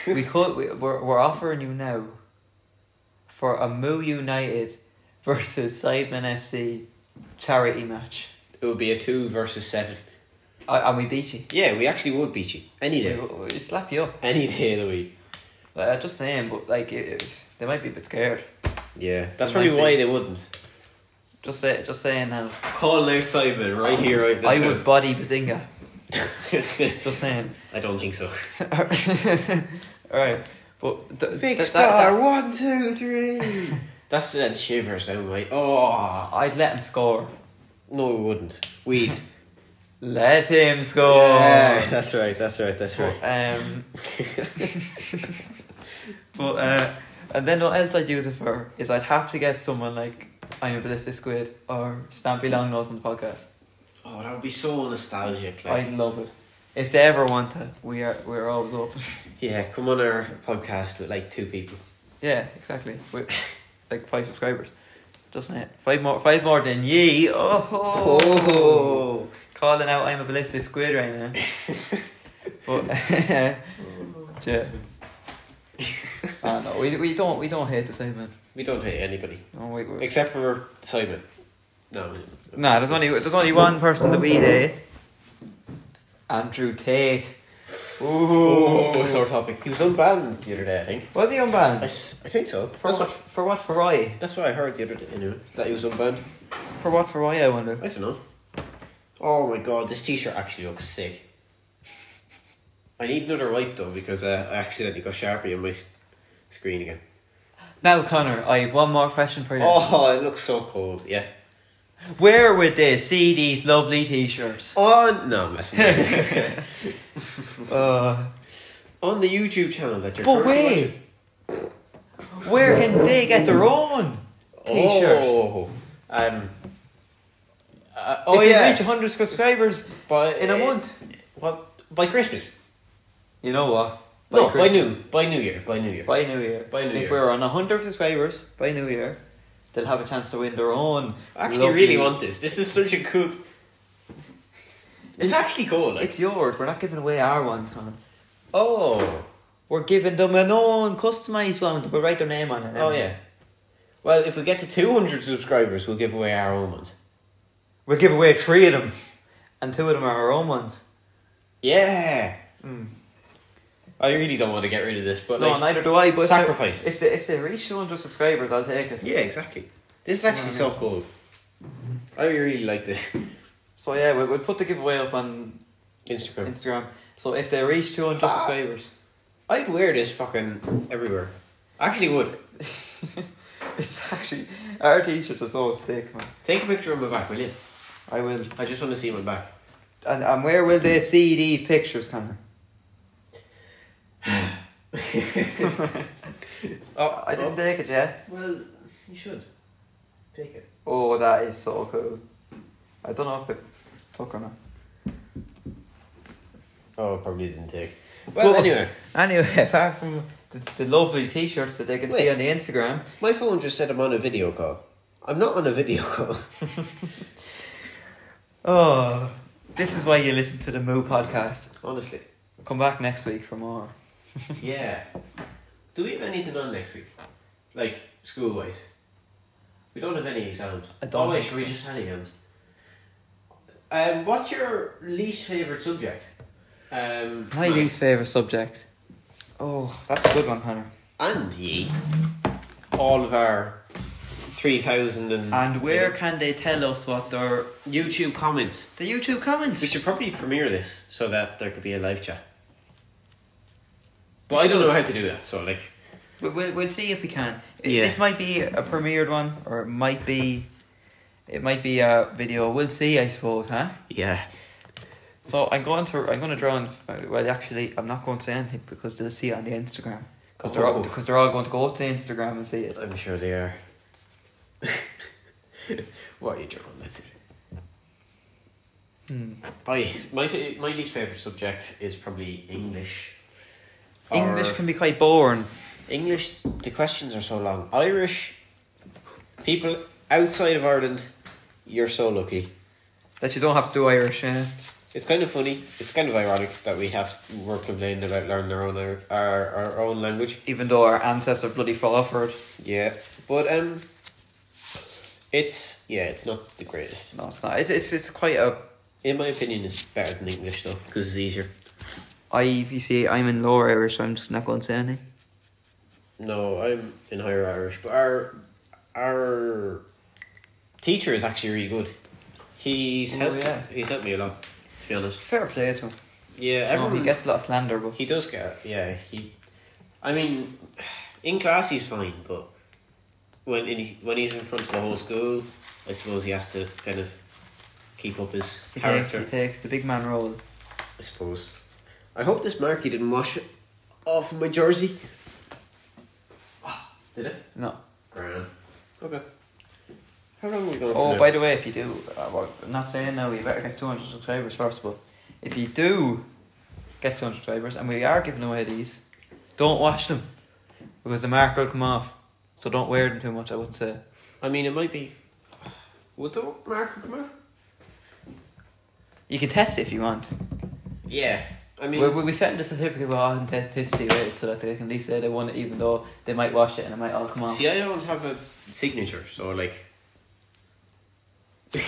we could. We, we're we're offering you now. For a Moo United versus Sidemen FC charity match, it would be a two versus seven. I, and we beat you. Yeah, we actually would beat you any day, We, we slap you up. any day of the week. Like, I'm just saying, but like it, it- they might be a bit scared. Yeah, that's It probably might be. why they wouldn't. Just say, just saying now. Calling out Simon right here, right now. I would body Bazinga. Just saying. *laughs* *laughs* I don't think so. All right, but th- th- Big that- star, that- one, two, three. *laughs* That's that shivers down my. Oh I'd let him score. no, we wouldn't. We'd. Let him score. Yeah, that's right. That's right. That's right. Um, but uh, and then what else I'd use it for is I'd have to get someone like I'm a ballistic squid or Stampy Longnose on the podcast. *laughs* Oh, that would be so nostalgic. I Like, love it. If they ever want to, we are we're always open. yeah, come on our podcast with like two people. yeah, exactly. We're, like five subscribers, just saying. Five more, five more than ye. Oh, ho. Oh. *laughs* calling out I'm a ballistic squid right now. but *laughs* yeah, I don't know. Ah, We, we don't we don't hate the segment. we don't hate anybody No, we, we, except for Simon. No. Nah, there's only there's only one person that Oh. we hate. Andrew Tate. Ooh. Oh, sore topic. He was unbanned the other day. I think. Was he I, unbanned? s- I think so. For That's what, what. for what for why? That's what I heard the other day. Anyway, that he was unbanned. For what for why I wonder. I don't know. Oh my god, this t-shirt actually looks sick. I need another wipe though because uh, I accidentally got Sharpie on my s- screen again. Now Connor, I have one more question for you. Oh, it looks so cold. Yeah. Where would they see these lovely *laughs* t-shirts? *laughs* On no, I'm messing. *laughs* Uh, on the YouTube channel that you're. but currently wait. watching. Where can they get their own t-shirt? Oh, um. uh, if oh we yeah, reach 100 subscribers by eh, in a month. What by Christmas? You know what? no, by noon. By New Year. By New Year. By New Year. By New if Year. we're on 100 subscribers by New Year, they'll have a chance to win their own. I actually lovely- really want this. This is such a cool. It's actually cool. Like. It's yours. We're not giving away our one, Tom. Oh. We're giving them an own customized one to put write their name on it. Oh yeah. Well, if we get to two hundred subscribers, we'll give away our own ones. We'll give away three of them, and two of them are our own ones. Yeah. Mm. I really don't want to get rid of this, but No, like, neither do I. But if they- sacrifices. If they if they reach 200 subscribers, I'll take it. yeah, exactly. This is actually so cool. I really like this *laughs* So yeah, we'll, we'll put the giveaway up on Instagram. Instagram. So if they reach 200 Ah. subscribers, *laughs* I'd wear this fucking everywhere. I actually would. it's actually our t-shirts are so sick, man. Take a picture of my back, will you? I will. I just want to see my *laughs* back. And, and where will they see these pictures, Connor? *laughs* oh, I didn't oh. take it yet. Well, you should take it. Oh, that is so cool. I don't know if it took or not. Oh, I probably didn't take. Well, Cool. anyway, Anyway, *laughs* apart from the, the lovely t-shirts that they can see Wait. on the Instagram, my phone just said I'm on a video call. I'm not on a video *laughs* call. oh, this is why you listen to the Moo podcast. Honestly. Come back next week for more. Yeah. Do we have anything on next week? Like school wise? We don't have any exams. I don't Oh wait, think should we so. just had exams? Um, what's your least favorite subject? Um, My least favorite subject. Oh, that's a good one, Connor. and ye, all of our three thousand and And where can they tell us what their YouTube comments. the YouTube comments? We should probably premiere this so that there could be a live chat. But I don't know how to do that. So like, We- We'll, we'll see if we can. I- Yeah. This might be a premiered one, or it might be, it might be a video. We'll see, I suppose, huh? yeah, So I'm going to, I'm going to draw. On, well, actually, I'm not going to say anything because they'll see it on the Instagram. Because they're all, Oh. because they're all going to go to the Instagram and see it. I'm sure they are. *laughs* what are you drawing? Let's see. Hmm. I my fa- my least favorite subject is probably English. Or- English can be quite boring. English. The questions are so long. Irish people outside of Ireland, you're so lucky. That you don't have to do Irish. eh? Yeah. It's kind of funny. It's kind of ironic that we have we're complaining about learning our own Ir- our, our own language. Even though our ancestors bloody fought for it. Yeah, but um, it's yeah, it's not the greatest. No, it's not. It's it's, it's quite a. In my opinion, it's better than English though because it's easier. I you see, I'm in lower Irish, so I'm just not going to say anything. No, I'm in higher Irish, but our our teacher is actually really good. He's Oh, helped. yeah. He's helped me a lot, to be honest. Fair play to him. Yeah, Everyone everyone Oh, he gets a lot of slander, but He does get yeah. He, I mean, in class he's fine, but when in, when he's in front of the whole school, I suppose he has to kind of keep up his he, take, character. he takes the big man role. I suppose. I hope this marquee didn't wash it off my jersey. Ah, Did it? No. Grand. Okay. How long are we going? Oh, by the way, if you do, uh, well, I'm not saying now, you better get 200 subscribers first, but if you do get 200 subscribers, and we are giving away these, don't wash them because the mark will come off. So don't wear them too much, I wouldn't say. I mean, it might be. Would the marker come out? You can test it if you want. Yeah. I mean, we, we, we sent them the certificate of authenticity rated so that they can at least say they won it, even though they might wash it and it might all come off. See, I don't have a signature, so like, *laughs*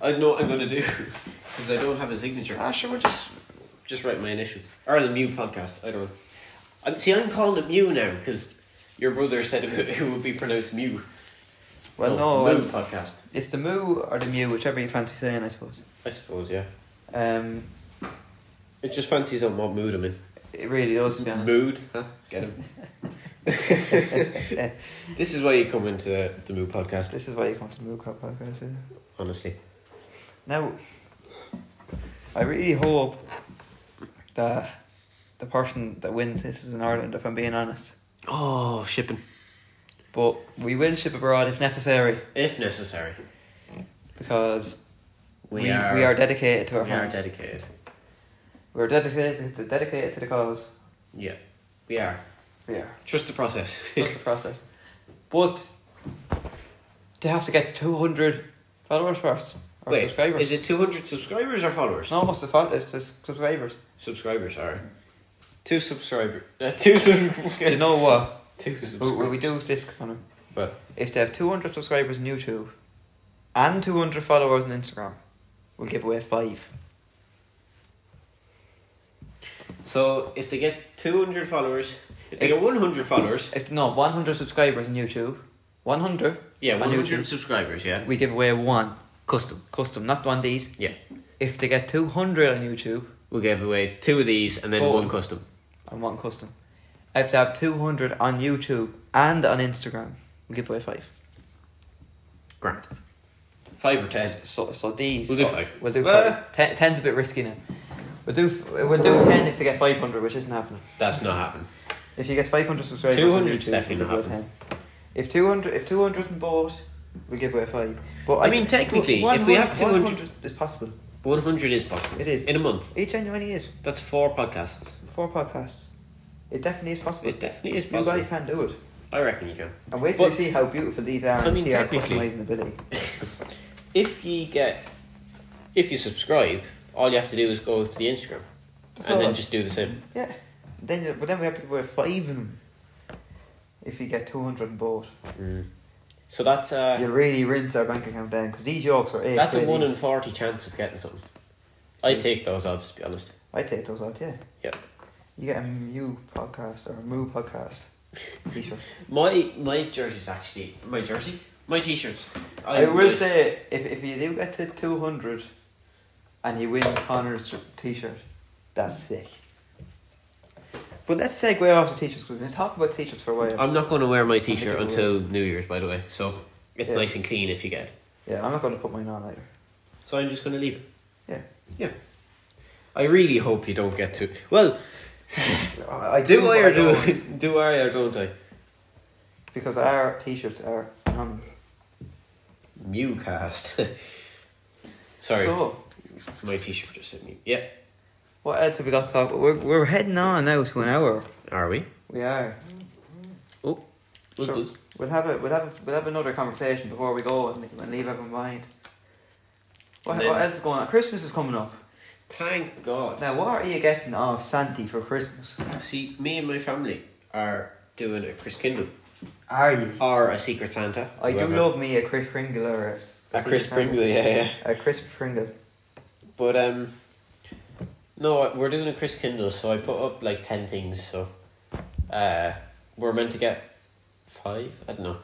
I know what I'm gonna do *laughs* because I don't have a signature. Ah, sure, we'll just just write my initials or the Mew podcast. I don't. I, see, I'm calling it Mew now because your brother said it, would *laughs* be pronounced Mew. Well, No, no, Mew well, podcast. it's the moo or the mew, whichever you fancy saying, I suppose. I suppose, yeah. Um, It just fancies on what mood I'm in. it really does, to be honest. Mood, huh? Get him. *laughs* this is why you come into the, the Moo *laughs* podcast, This is why you come to the Moo Club podcast. Yeah. honestly. Now, I really hope that the person that wins this is in Ireland, if I'm being honest. Oh, shipping. But we will ship abroad if necessary If necessary. because we, we, are, dedicated to our we are home. dedicated. We're dedicated to, dedicated to the cause. Yeah, we are. We are. Trust the process. That's the process. But they have to get to 200 followers first or *laughs* Wait, subscribers. is it two hundred subscribers or followers? no, what's the fol- it's the *laughs* subscribers. Subscribers, sorry. Two subscribers. *laughs* Uh, two sub- Do you know what? two We, subscribers. we we do this, Connor. But If they have 200 subscribers on YouTube and 200 followers on Instagram, we'll give away five. so if they get two hundred followers, if they get one hundred followers, If no, 100 subscribers on YouTube, 100, yeah, On one hundred YouTube. subscribers, yeah, we give away one custom. custom, not one of these. Yeah, If they get 200 on YouTube we gave away two of these and then Oh. one custom. and one custom, I have to have 200 on YouTube and on Instagram, we give away five. Grand. Five or ten. So, so these. We'll do five. We'll do Uh, five. Ten, ten's a bit risky now. We'll do, f- we'll do 10 if they get 500, which isn't happening. That's not happening. If you get 500 subscribers, 200 on is YouTube, definitely we'll not give away 10. If 200, if 200 and bought, we give away 5. But I mean, think technically, if we have 200 100 is possible. One hundred is possible. It is. in a month. It genuinely is. That's four podcasts. Four podcasts. It definitely is possible. It definitely is you possible. guys can do it. I reckon you can. And wait till But- you see how beautiful these are I and mean, see our technically- customizing ability. if you get if you subscribe all you have to do is go to the instagram That's and all then it- just do the same Yeah. Then, you- but then we have to give away 5 of them. If you get 200 and bought. Mm. so that's uh You'll really rinse our bank account down because these yolks are 8 that's a quid 1 each. in 40 chance of getting something i take those odds to be honest I take those out, yeah. Yeah. You get a Mew podcast or a Moo podcast *laughs* t-shirt. my my jersey's actually my jersey my t-shirts I will was- say, if, if you do get to 200 and you win Connor's t-shirt, that's sick. But let's segue off the t-shirts because we've been talking about t-shirts for a while. i'm not going to wear my think t-shirt I will. until new year's by the way so it's Yeah. nice and clean if you get it yeah, I'm not going to put mine on either. so i'm just going to leave it Yeah. yeah i really hope you don't get to well I, I do, but i or do don't, *laughs* do i or don't i Because our t-shirts are um, phenomenal. Mewcast. *laughs* Sorry, So, my t-shirt just hit me. Yeah. what else have we got to talk about? We're, we're heading on now to an hour. Are we? We are. Oh, was Sure. was. We'll have a we'll have a, we'll have another conversation before we go and, and leave everyone behind. What, And then- what else is going on? Christmas is coming up. Thank God. Now, what are you getting off Santi for Christmas? See, me and my family are doing a Chris Kindle Are you? or a Secret Santa. I do whoever. love me a Chris Pringle or a, s- a Chris Santa. Pringle. Yeah, yeah. A Chris Pringle. But um, no, we're doing a Chris Kindle, so I put up like ten things. So, uh, we're meant to get five. I don't know,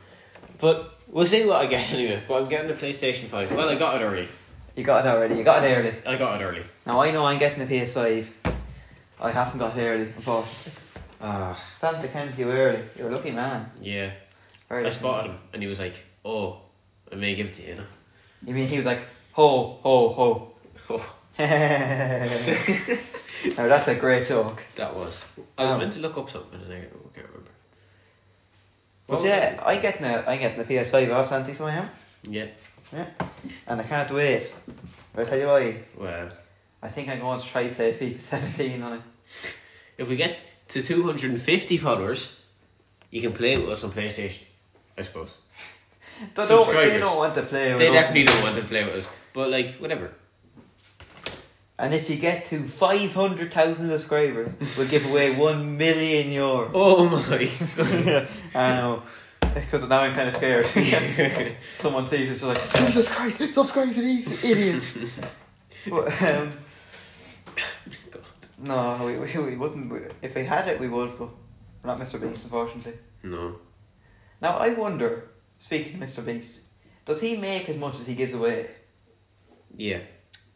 but we'll see what I get *laughs* anyway. But I'm getting a PlayStation Five. Well, I got it early. You got it already. You got it early. I got it early. Now I know I'm getting the PS5. I haven't got it early, unfortunately. Ah, Santa came to you early. You're a lucky man. yeah. Very I lucky. spotted him, and he was like, "Oh, I may give it to you." Now. *laughs* You mean he was like, ho, ho, ho. *laughs* now Oh, that that's a great joke. was. I was Um, meant to look up something, and I can't remember. What But was yeah, I'm getting a, I'm getting a PS5 off Santi, so I am. it? Yeah. And I can't wait. I'll tell you why. Well, I think I'm going to try to play FIFA 17 on it. if we get to two hundred and fifty followers, you can play it with us on PlayStation. I suppose They don't, they Subscribers. don't want to play with they us. definitely don't want to play with us, but like whatever. And if you get to 500,000 subscribers, we'll give *laughs* away 1 million euro. *laughs* Oh *laughs* my god. *laughs* I know. Because now I'm kind of scared. Someone sees it, she's like, Jesus Christ, subscribe to these idiots. but, um, God. no, we, we, we wouldn't. We- If we had it, we would, but we're not Mr. Beast, unfortunately. No. Now, I wonder, speaking of Mr. Beast, does he make as much as he gives away? Yeah.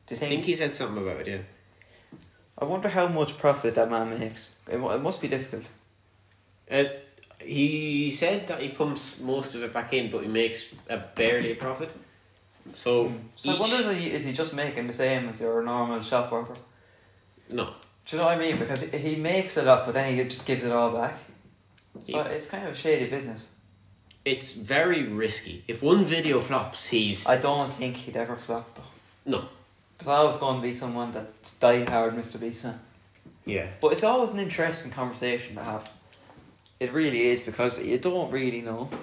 Do you I think? think he said something about it, yeah. I wonder how much profit that man makes. It, mu- it must be difficult. Uh, he said that he pumps most of it back in, but he makes a barely a profit. So, Hmm. So I each- wonder is he, is he just making the same as your normal shop worker? no, Do you know what I mean? Because he- he makes a lot, but then he just gives it all back. So Yeah. it's kind of a shady business. it's very risky. If one video flops, he's I don't think he'd ever flop though. No. There's always going to be someone that's diehard Mr. Beast fan. yeah, But it's always an interesting conversation to have. It really is because you don't really know. Do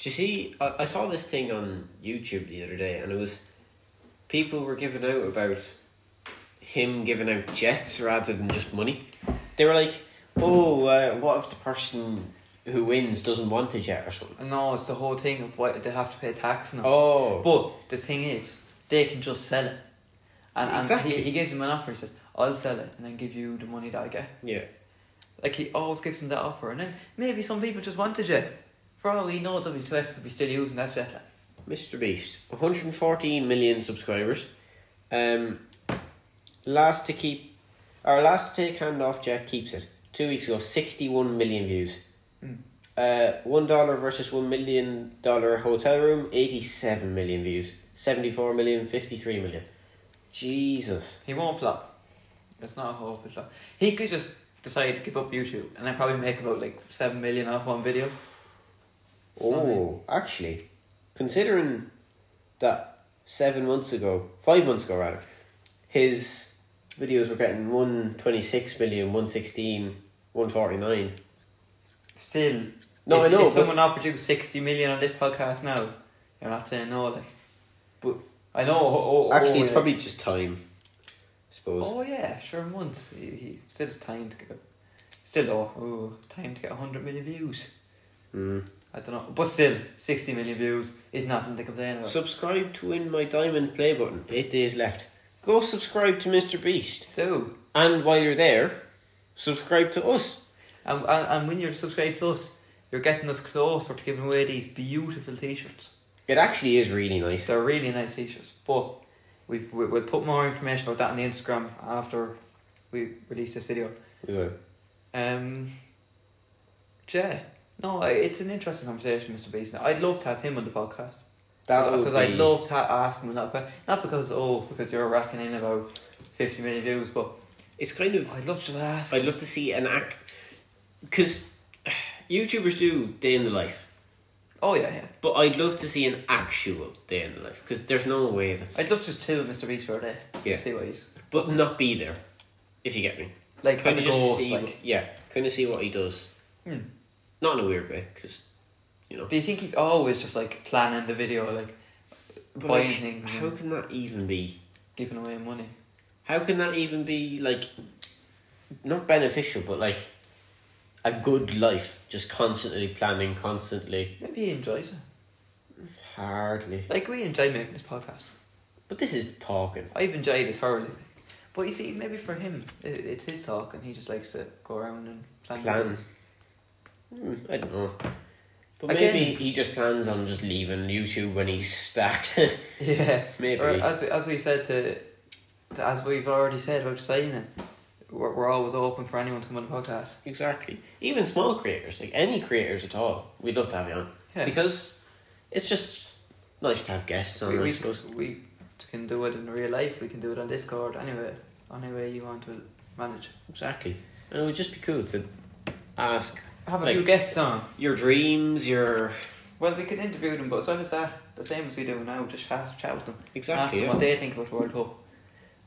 you see? I, I saw this thing on YouTube the other day, and it was people were giving out about him giving out jets rather than just money. They were like, "Oh, uh, what if the person who wins doesn't want a jet or something?" No, it's the whole thing of what they have to pay tax now. Oh, But the thing is, they can just sell it. And, and Exactly. he, he gives them an offer, he says, I'll sell it and then give you the money that I get. yeah, Like he always gives them that offer, and then maybe some people just want a jet. For all we know, W2S could be still using that jet. Like. Mr. Beast, one hundred fourteen million subscribers. Um, last to keep, our last to take hand off jet keeps it. Two weeks ago, sixty-one million views. Mm. Uh, one dollar versus one million dollar hotel room, eighty-seven million views. Seventy-four million, fifty-three million. Jesus. He won't flop. It's not a hope he'll flop. He could just decide to give up YouTube and then probably make about like 7 million off one video. Oh, actually, considering that seven months ago, five months ago rather, his videos were getting 126 million, 116, 149. Still, No, if, I know, If but someone offered you 60 million on this podcast now, you're not saying no, like. But I know. Oh, oh, actually, oh, it's yeah. probably just time, I suppose. Oh yeah, sure. Once he, he still has time to get. Still though, ooh, time to get hundred million views. Mm. I don't know, but still, sixty million views is nothing to complain about. Subscribe to win my diamond play button. Eight days left. Go subscribe to Mr. Beast. do And while you're there, subscribe to us. and, and and when you're subscribed to us, you're getting us closer to giving away these beautiful T-shirts. It actually is really nice. They're really nice T-shirts, but we've, we we'll put more information about that on the Instagram after we release this video. We will. Um, yeah, no, I- it's an interesting conversation, Mr. Beast. I'd love to have him on the podcast. That would because I'd be- love to ha- ask him that question. Not because oh, because you're racking in about fifty million views, but It's kind of I'd love to ask. I'd love to see an act because YouTubers do day in the life, oh yeah, yeah. but I'd love to see an actual day in the life because there's no way that's I'd love to just chill with Mr. Beast for a day. Yeah. See what he's but not be there, if you get me. like as Kind a of just ghost. see, like, yeah, kind of see what he does. Hmm. Not in a weird way, because you know. do you think he's always just like planning the video, like But buying like, things, how and can that even be? giving away money? How can that even be like, not beneficial, but like a good life? Just constantly planning, constantly. Maybe he enjoys it. Hardly. Like we enjoy making this podcast. But this is talking. I've enjoyed it thoroughly. But you see, maybe for him, i it's his talk, and he just likes to go around and plan. Plan. Hmm, I don't know. But Again- maybe he just plans on just leaving YouTube when he's *laughs* stacked. *laughs* Yeah. maybe. Or uh, as, we, as we said to, to, as we've already said about Simon, we're, we're always open for anyone to come on the podcast. Exactly. Even small creators, like any creators at all, we'd love to have you on. Yeah. Because it's just nice to have guests on, we, I we, suppose. we can do it in real life. We can do it on Discord. Anyway, any way you want to manage. Exactly. And it would just be cool to ask Have a Like- few guests on. your dreams, your. Well, we can interview them, but as well as that, the same as we do now, just chat, chat with them. Ask Exactly. them yeah. what they think about the World Cup.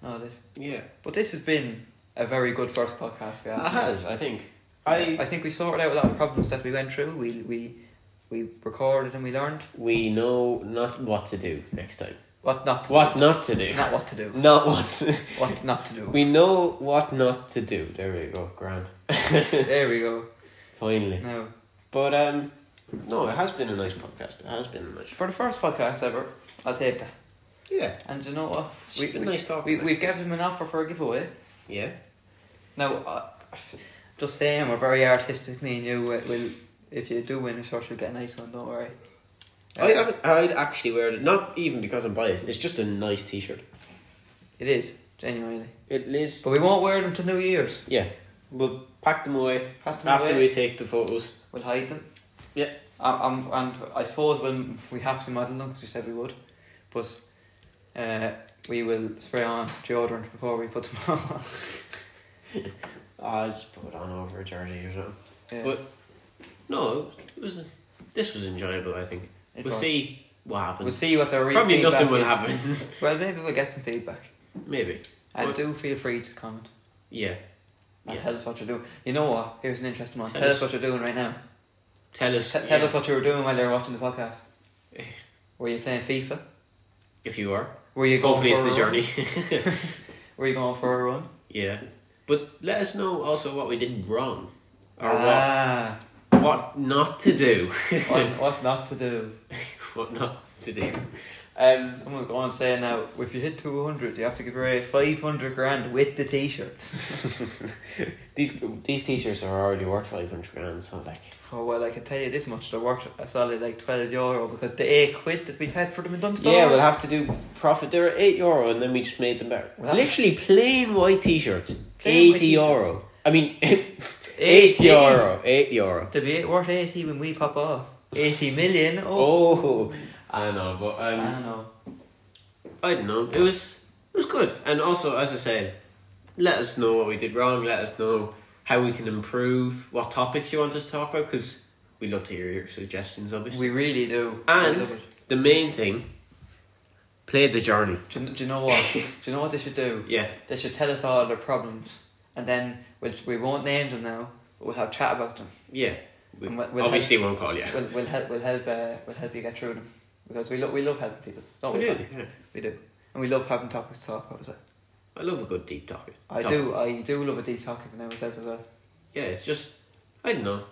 and all this. Yeah. But this has been a very good first podcast for It has, I think. Uh-huh. I, I think we sorted out a lot of problems that we went through. We we we recorded and we learned We know not what to do next time. what not to What not to do. do. Not what to do. Not what. To, What not to do. we know what not to do. There we go, *laughs* grand. there we go. Finally. Now, But, um, no, it has been a nice podcast. It has been a nice. for the first podcast ever, I'll take that. Yeah. And you know what? It's been nice talking. we, about we've given him an offer for a giveaway. it. yeah. Now, uh, just saying, we're very artistic, me and you. We'll, we'll, if you do win a shirt, you'll get a nice one, don't worry. Uh, I'd, act- I'd actually wear it, not even because I'm biased, it's just a nice t shirt. it is, genuinely. It is. But we won't wear them till New Year's. Yeah. We'll pack them away Pat them after away. we take the photos. We'll hide them. Yeah. Um, um, and I suppose when we have to model them because we said we would, but uh, we will spray on deodorant before we put them on. *laughs* I'll just put it on over a jersey or something. Yeah, But- No, it was. This was enjoyable, I think. it we'll was. see what happens. We'll see what their real Probably feedback nothing will is. happen. *laughs* Well, maybe we'll get some feedback. Maybe. And What- do feel free to comment Yeah. and Yeah. tell us what you're doing. You know what? Here's an interesting one. Tell Tell, us- us what you're doing right now. Tell T- us. tell yeah, us what you were doing while you were watching the podcast. *laughs* Were you playing FIFA? if you are. Were you going Hopefully, for it's the a run? journey. *laughs* Were you going for a run? yeah. But let us know also what we did wrong, or *laughs* ah, what what not to do. *laughs* what, what not to do. what not to do. Um, Someone's going on saying now, if you hit 200, you have to give away 500 grand with the t-shirt. *laughs* *laughs* these these t-shirts are already worth five hundred grand, so like Oh, well, I can tell you this much, they're worth a solid like 12 euro because the 8 quid that we paid for them in Dunstall. yeah, we'll have to do profit. They were eight euro, and then we just made them better. We'll have- Literally plain white t-shirts, Plain white eighty t-shirts. euro. I mean, *laughs* eight 80. euro, eight euro. To be worth 80 when we pop off. 80 million? Oh, Uh, Oh, I know, but I um, don't know. I don't know. It was it was good, and also as I said, let us know what we did wrong. Let us know how we can improve. What topics you want us to talk about? Because we love to hear your suggestions, obviously. We really do. And- I love it. The main thing, play the journey. Do, you- do you know what? do you know what they should do? Yeah, They should tell us all their problems and then we'll, we won't name them now, but we'll have chat about them. yeah. We, And we'll- we'll obviously, won't call you. We'll, we'll help. We'll help. Uh, we'll help you get through them because we love. We love helping people. Don't We we? do, Tom? yeah. We do, and we love having topics to talk about as well. I love a good deep topic. I Topic. do. I do love a deep topic now myself as well. Yeah, it's just I don't know.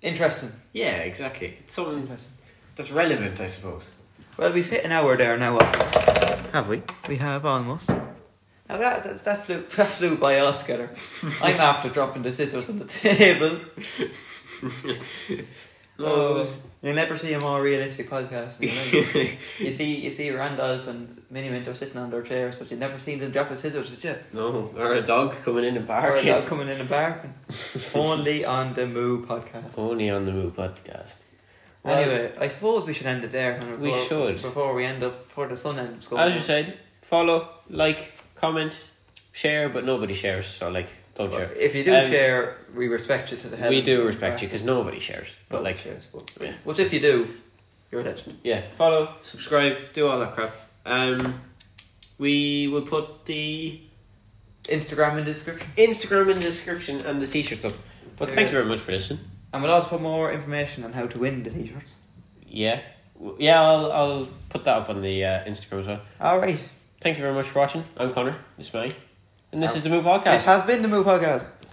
Interesting. Yeah, exactly. It's something Interesting. that's relevant, I suppose. Well, we've hit an hour there now. uh, Have we? We have almost. Now that that, that flew *laughs* that flew by *laughs* altogether. I'm after dropping the scissors on the *laughs* table. No. Oh, it's- you'll never see a more realistic podcast. in your life. *laughs* you see, you see Randolph and Minnie Minter sitting on their chairs, but you never seen them drop the scissors, did you? no, or a dog coming in and Or barking. not coming in a *laughs* bargain. Only on the Moo podcast. Only on the Moo podcast. Well, Anyway, I suppose we should end it there. kind of, We before, should. Before we end up, before the sun ends up going. as you said, follow, like, comment, share, but nobody shares. So like, don't But share. If you do Um, share, we respect you to the head. We do respect you because nobody shares. But like, shares. But, yeah. but if you do, you're a legend. yeah, follow, subscribe, do all that crap. Um, we will put the Instagram in the description. Instagram in the description and the t-shirts up. But thank you very much for listening. And we'll also put more information on how to win the t shirts. Yeah, W- yeah, I'll I'll put that up on the uh, Instagram as well. Alright. Thank you very much for watching. I'm Connor. This is Manny, and this Um, is the Move Podcast. This has been the Moo podcast.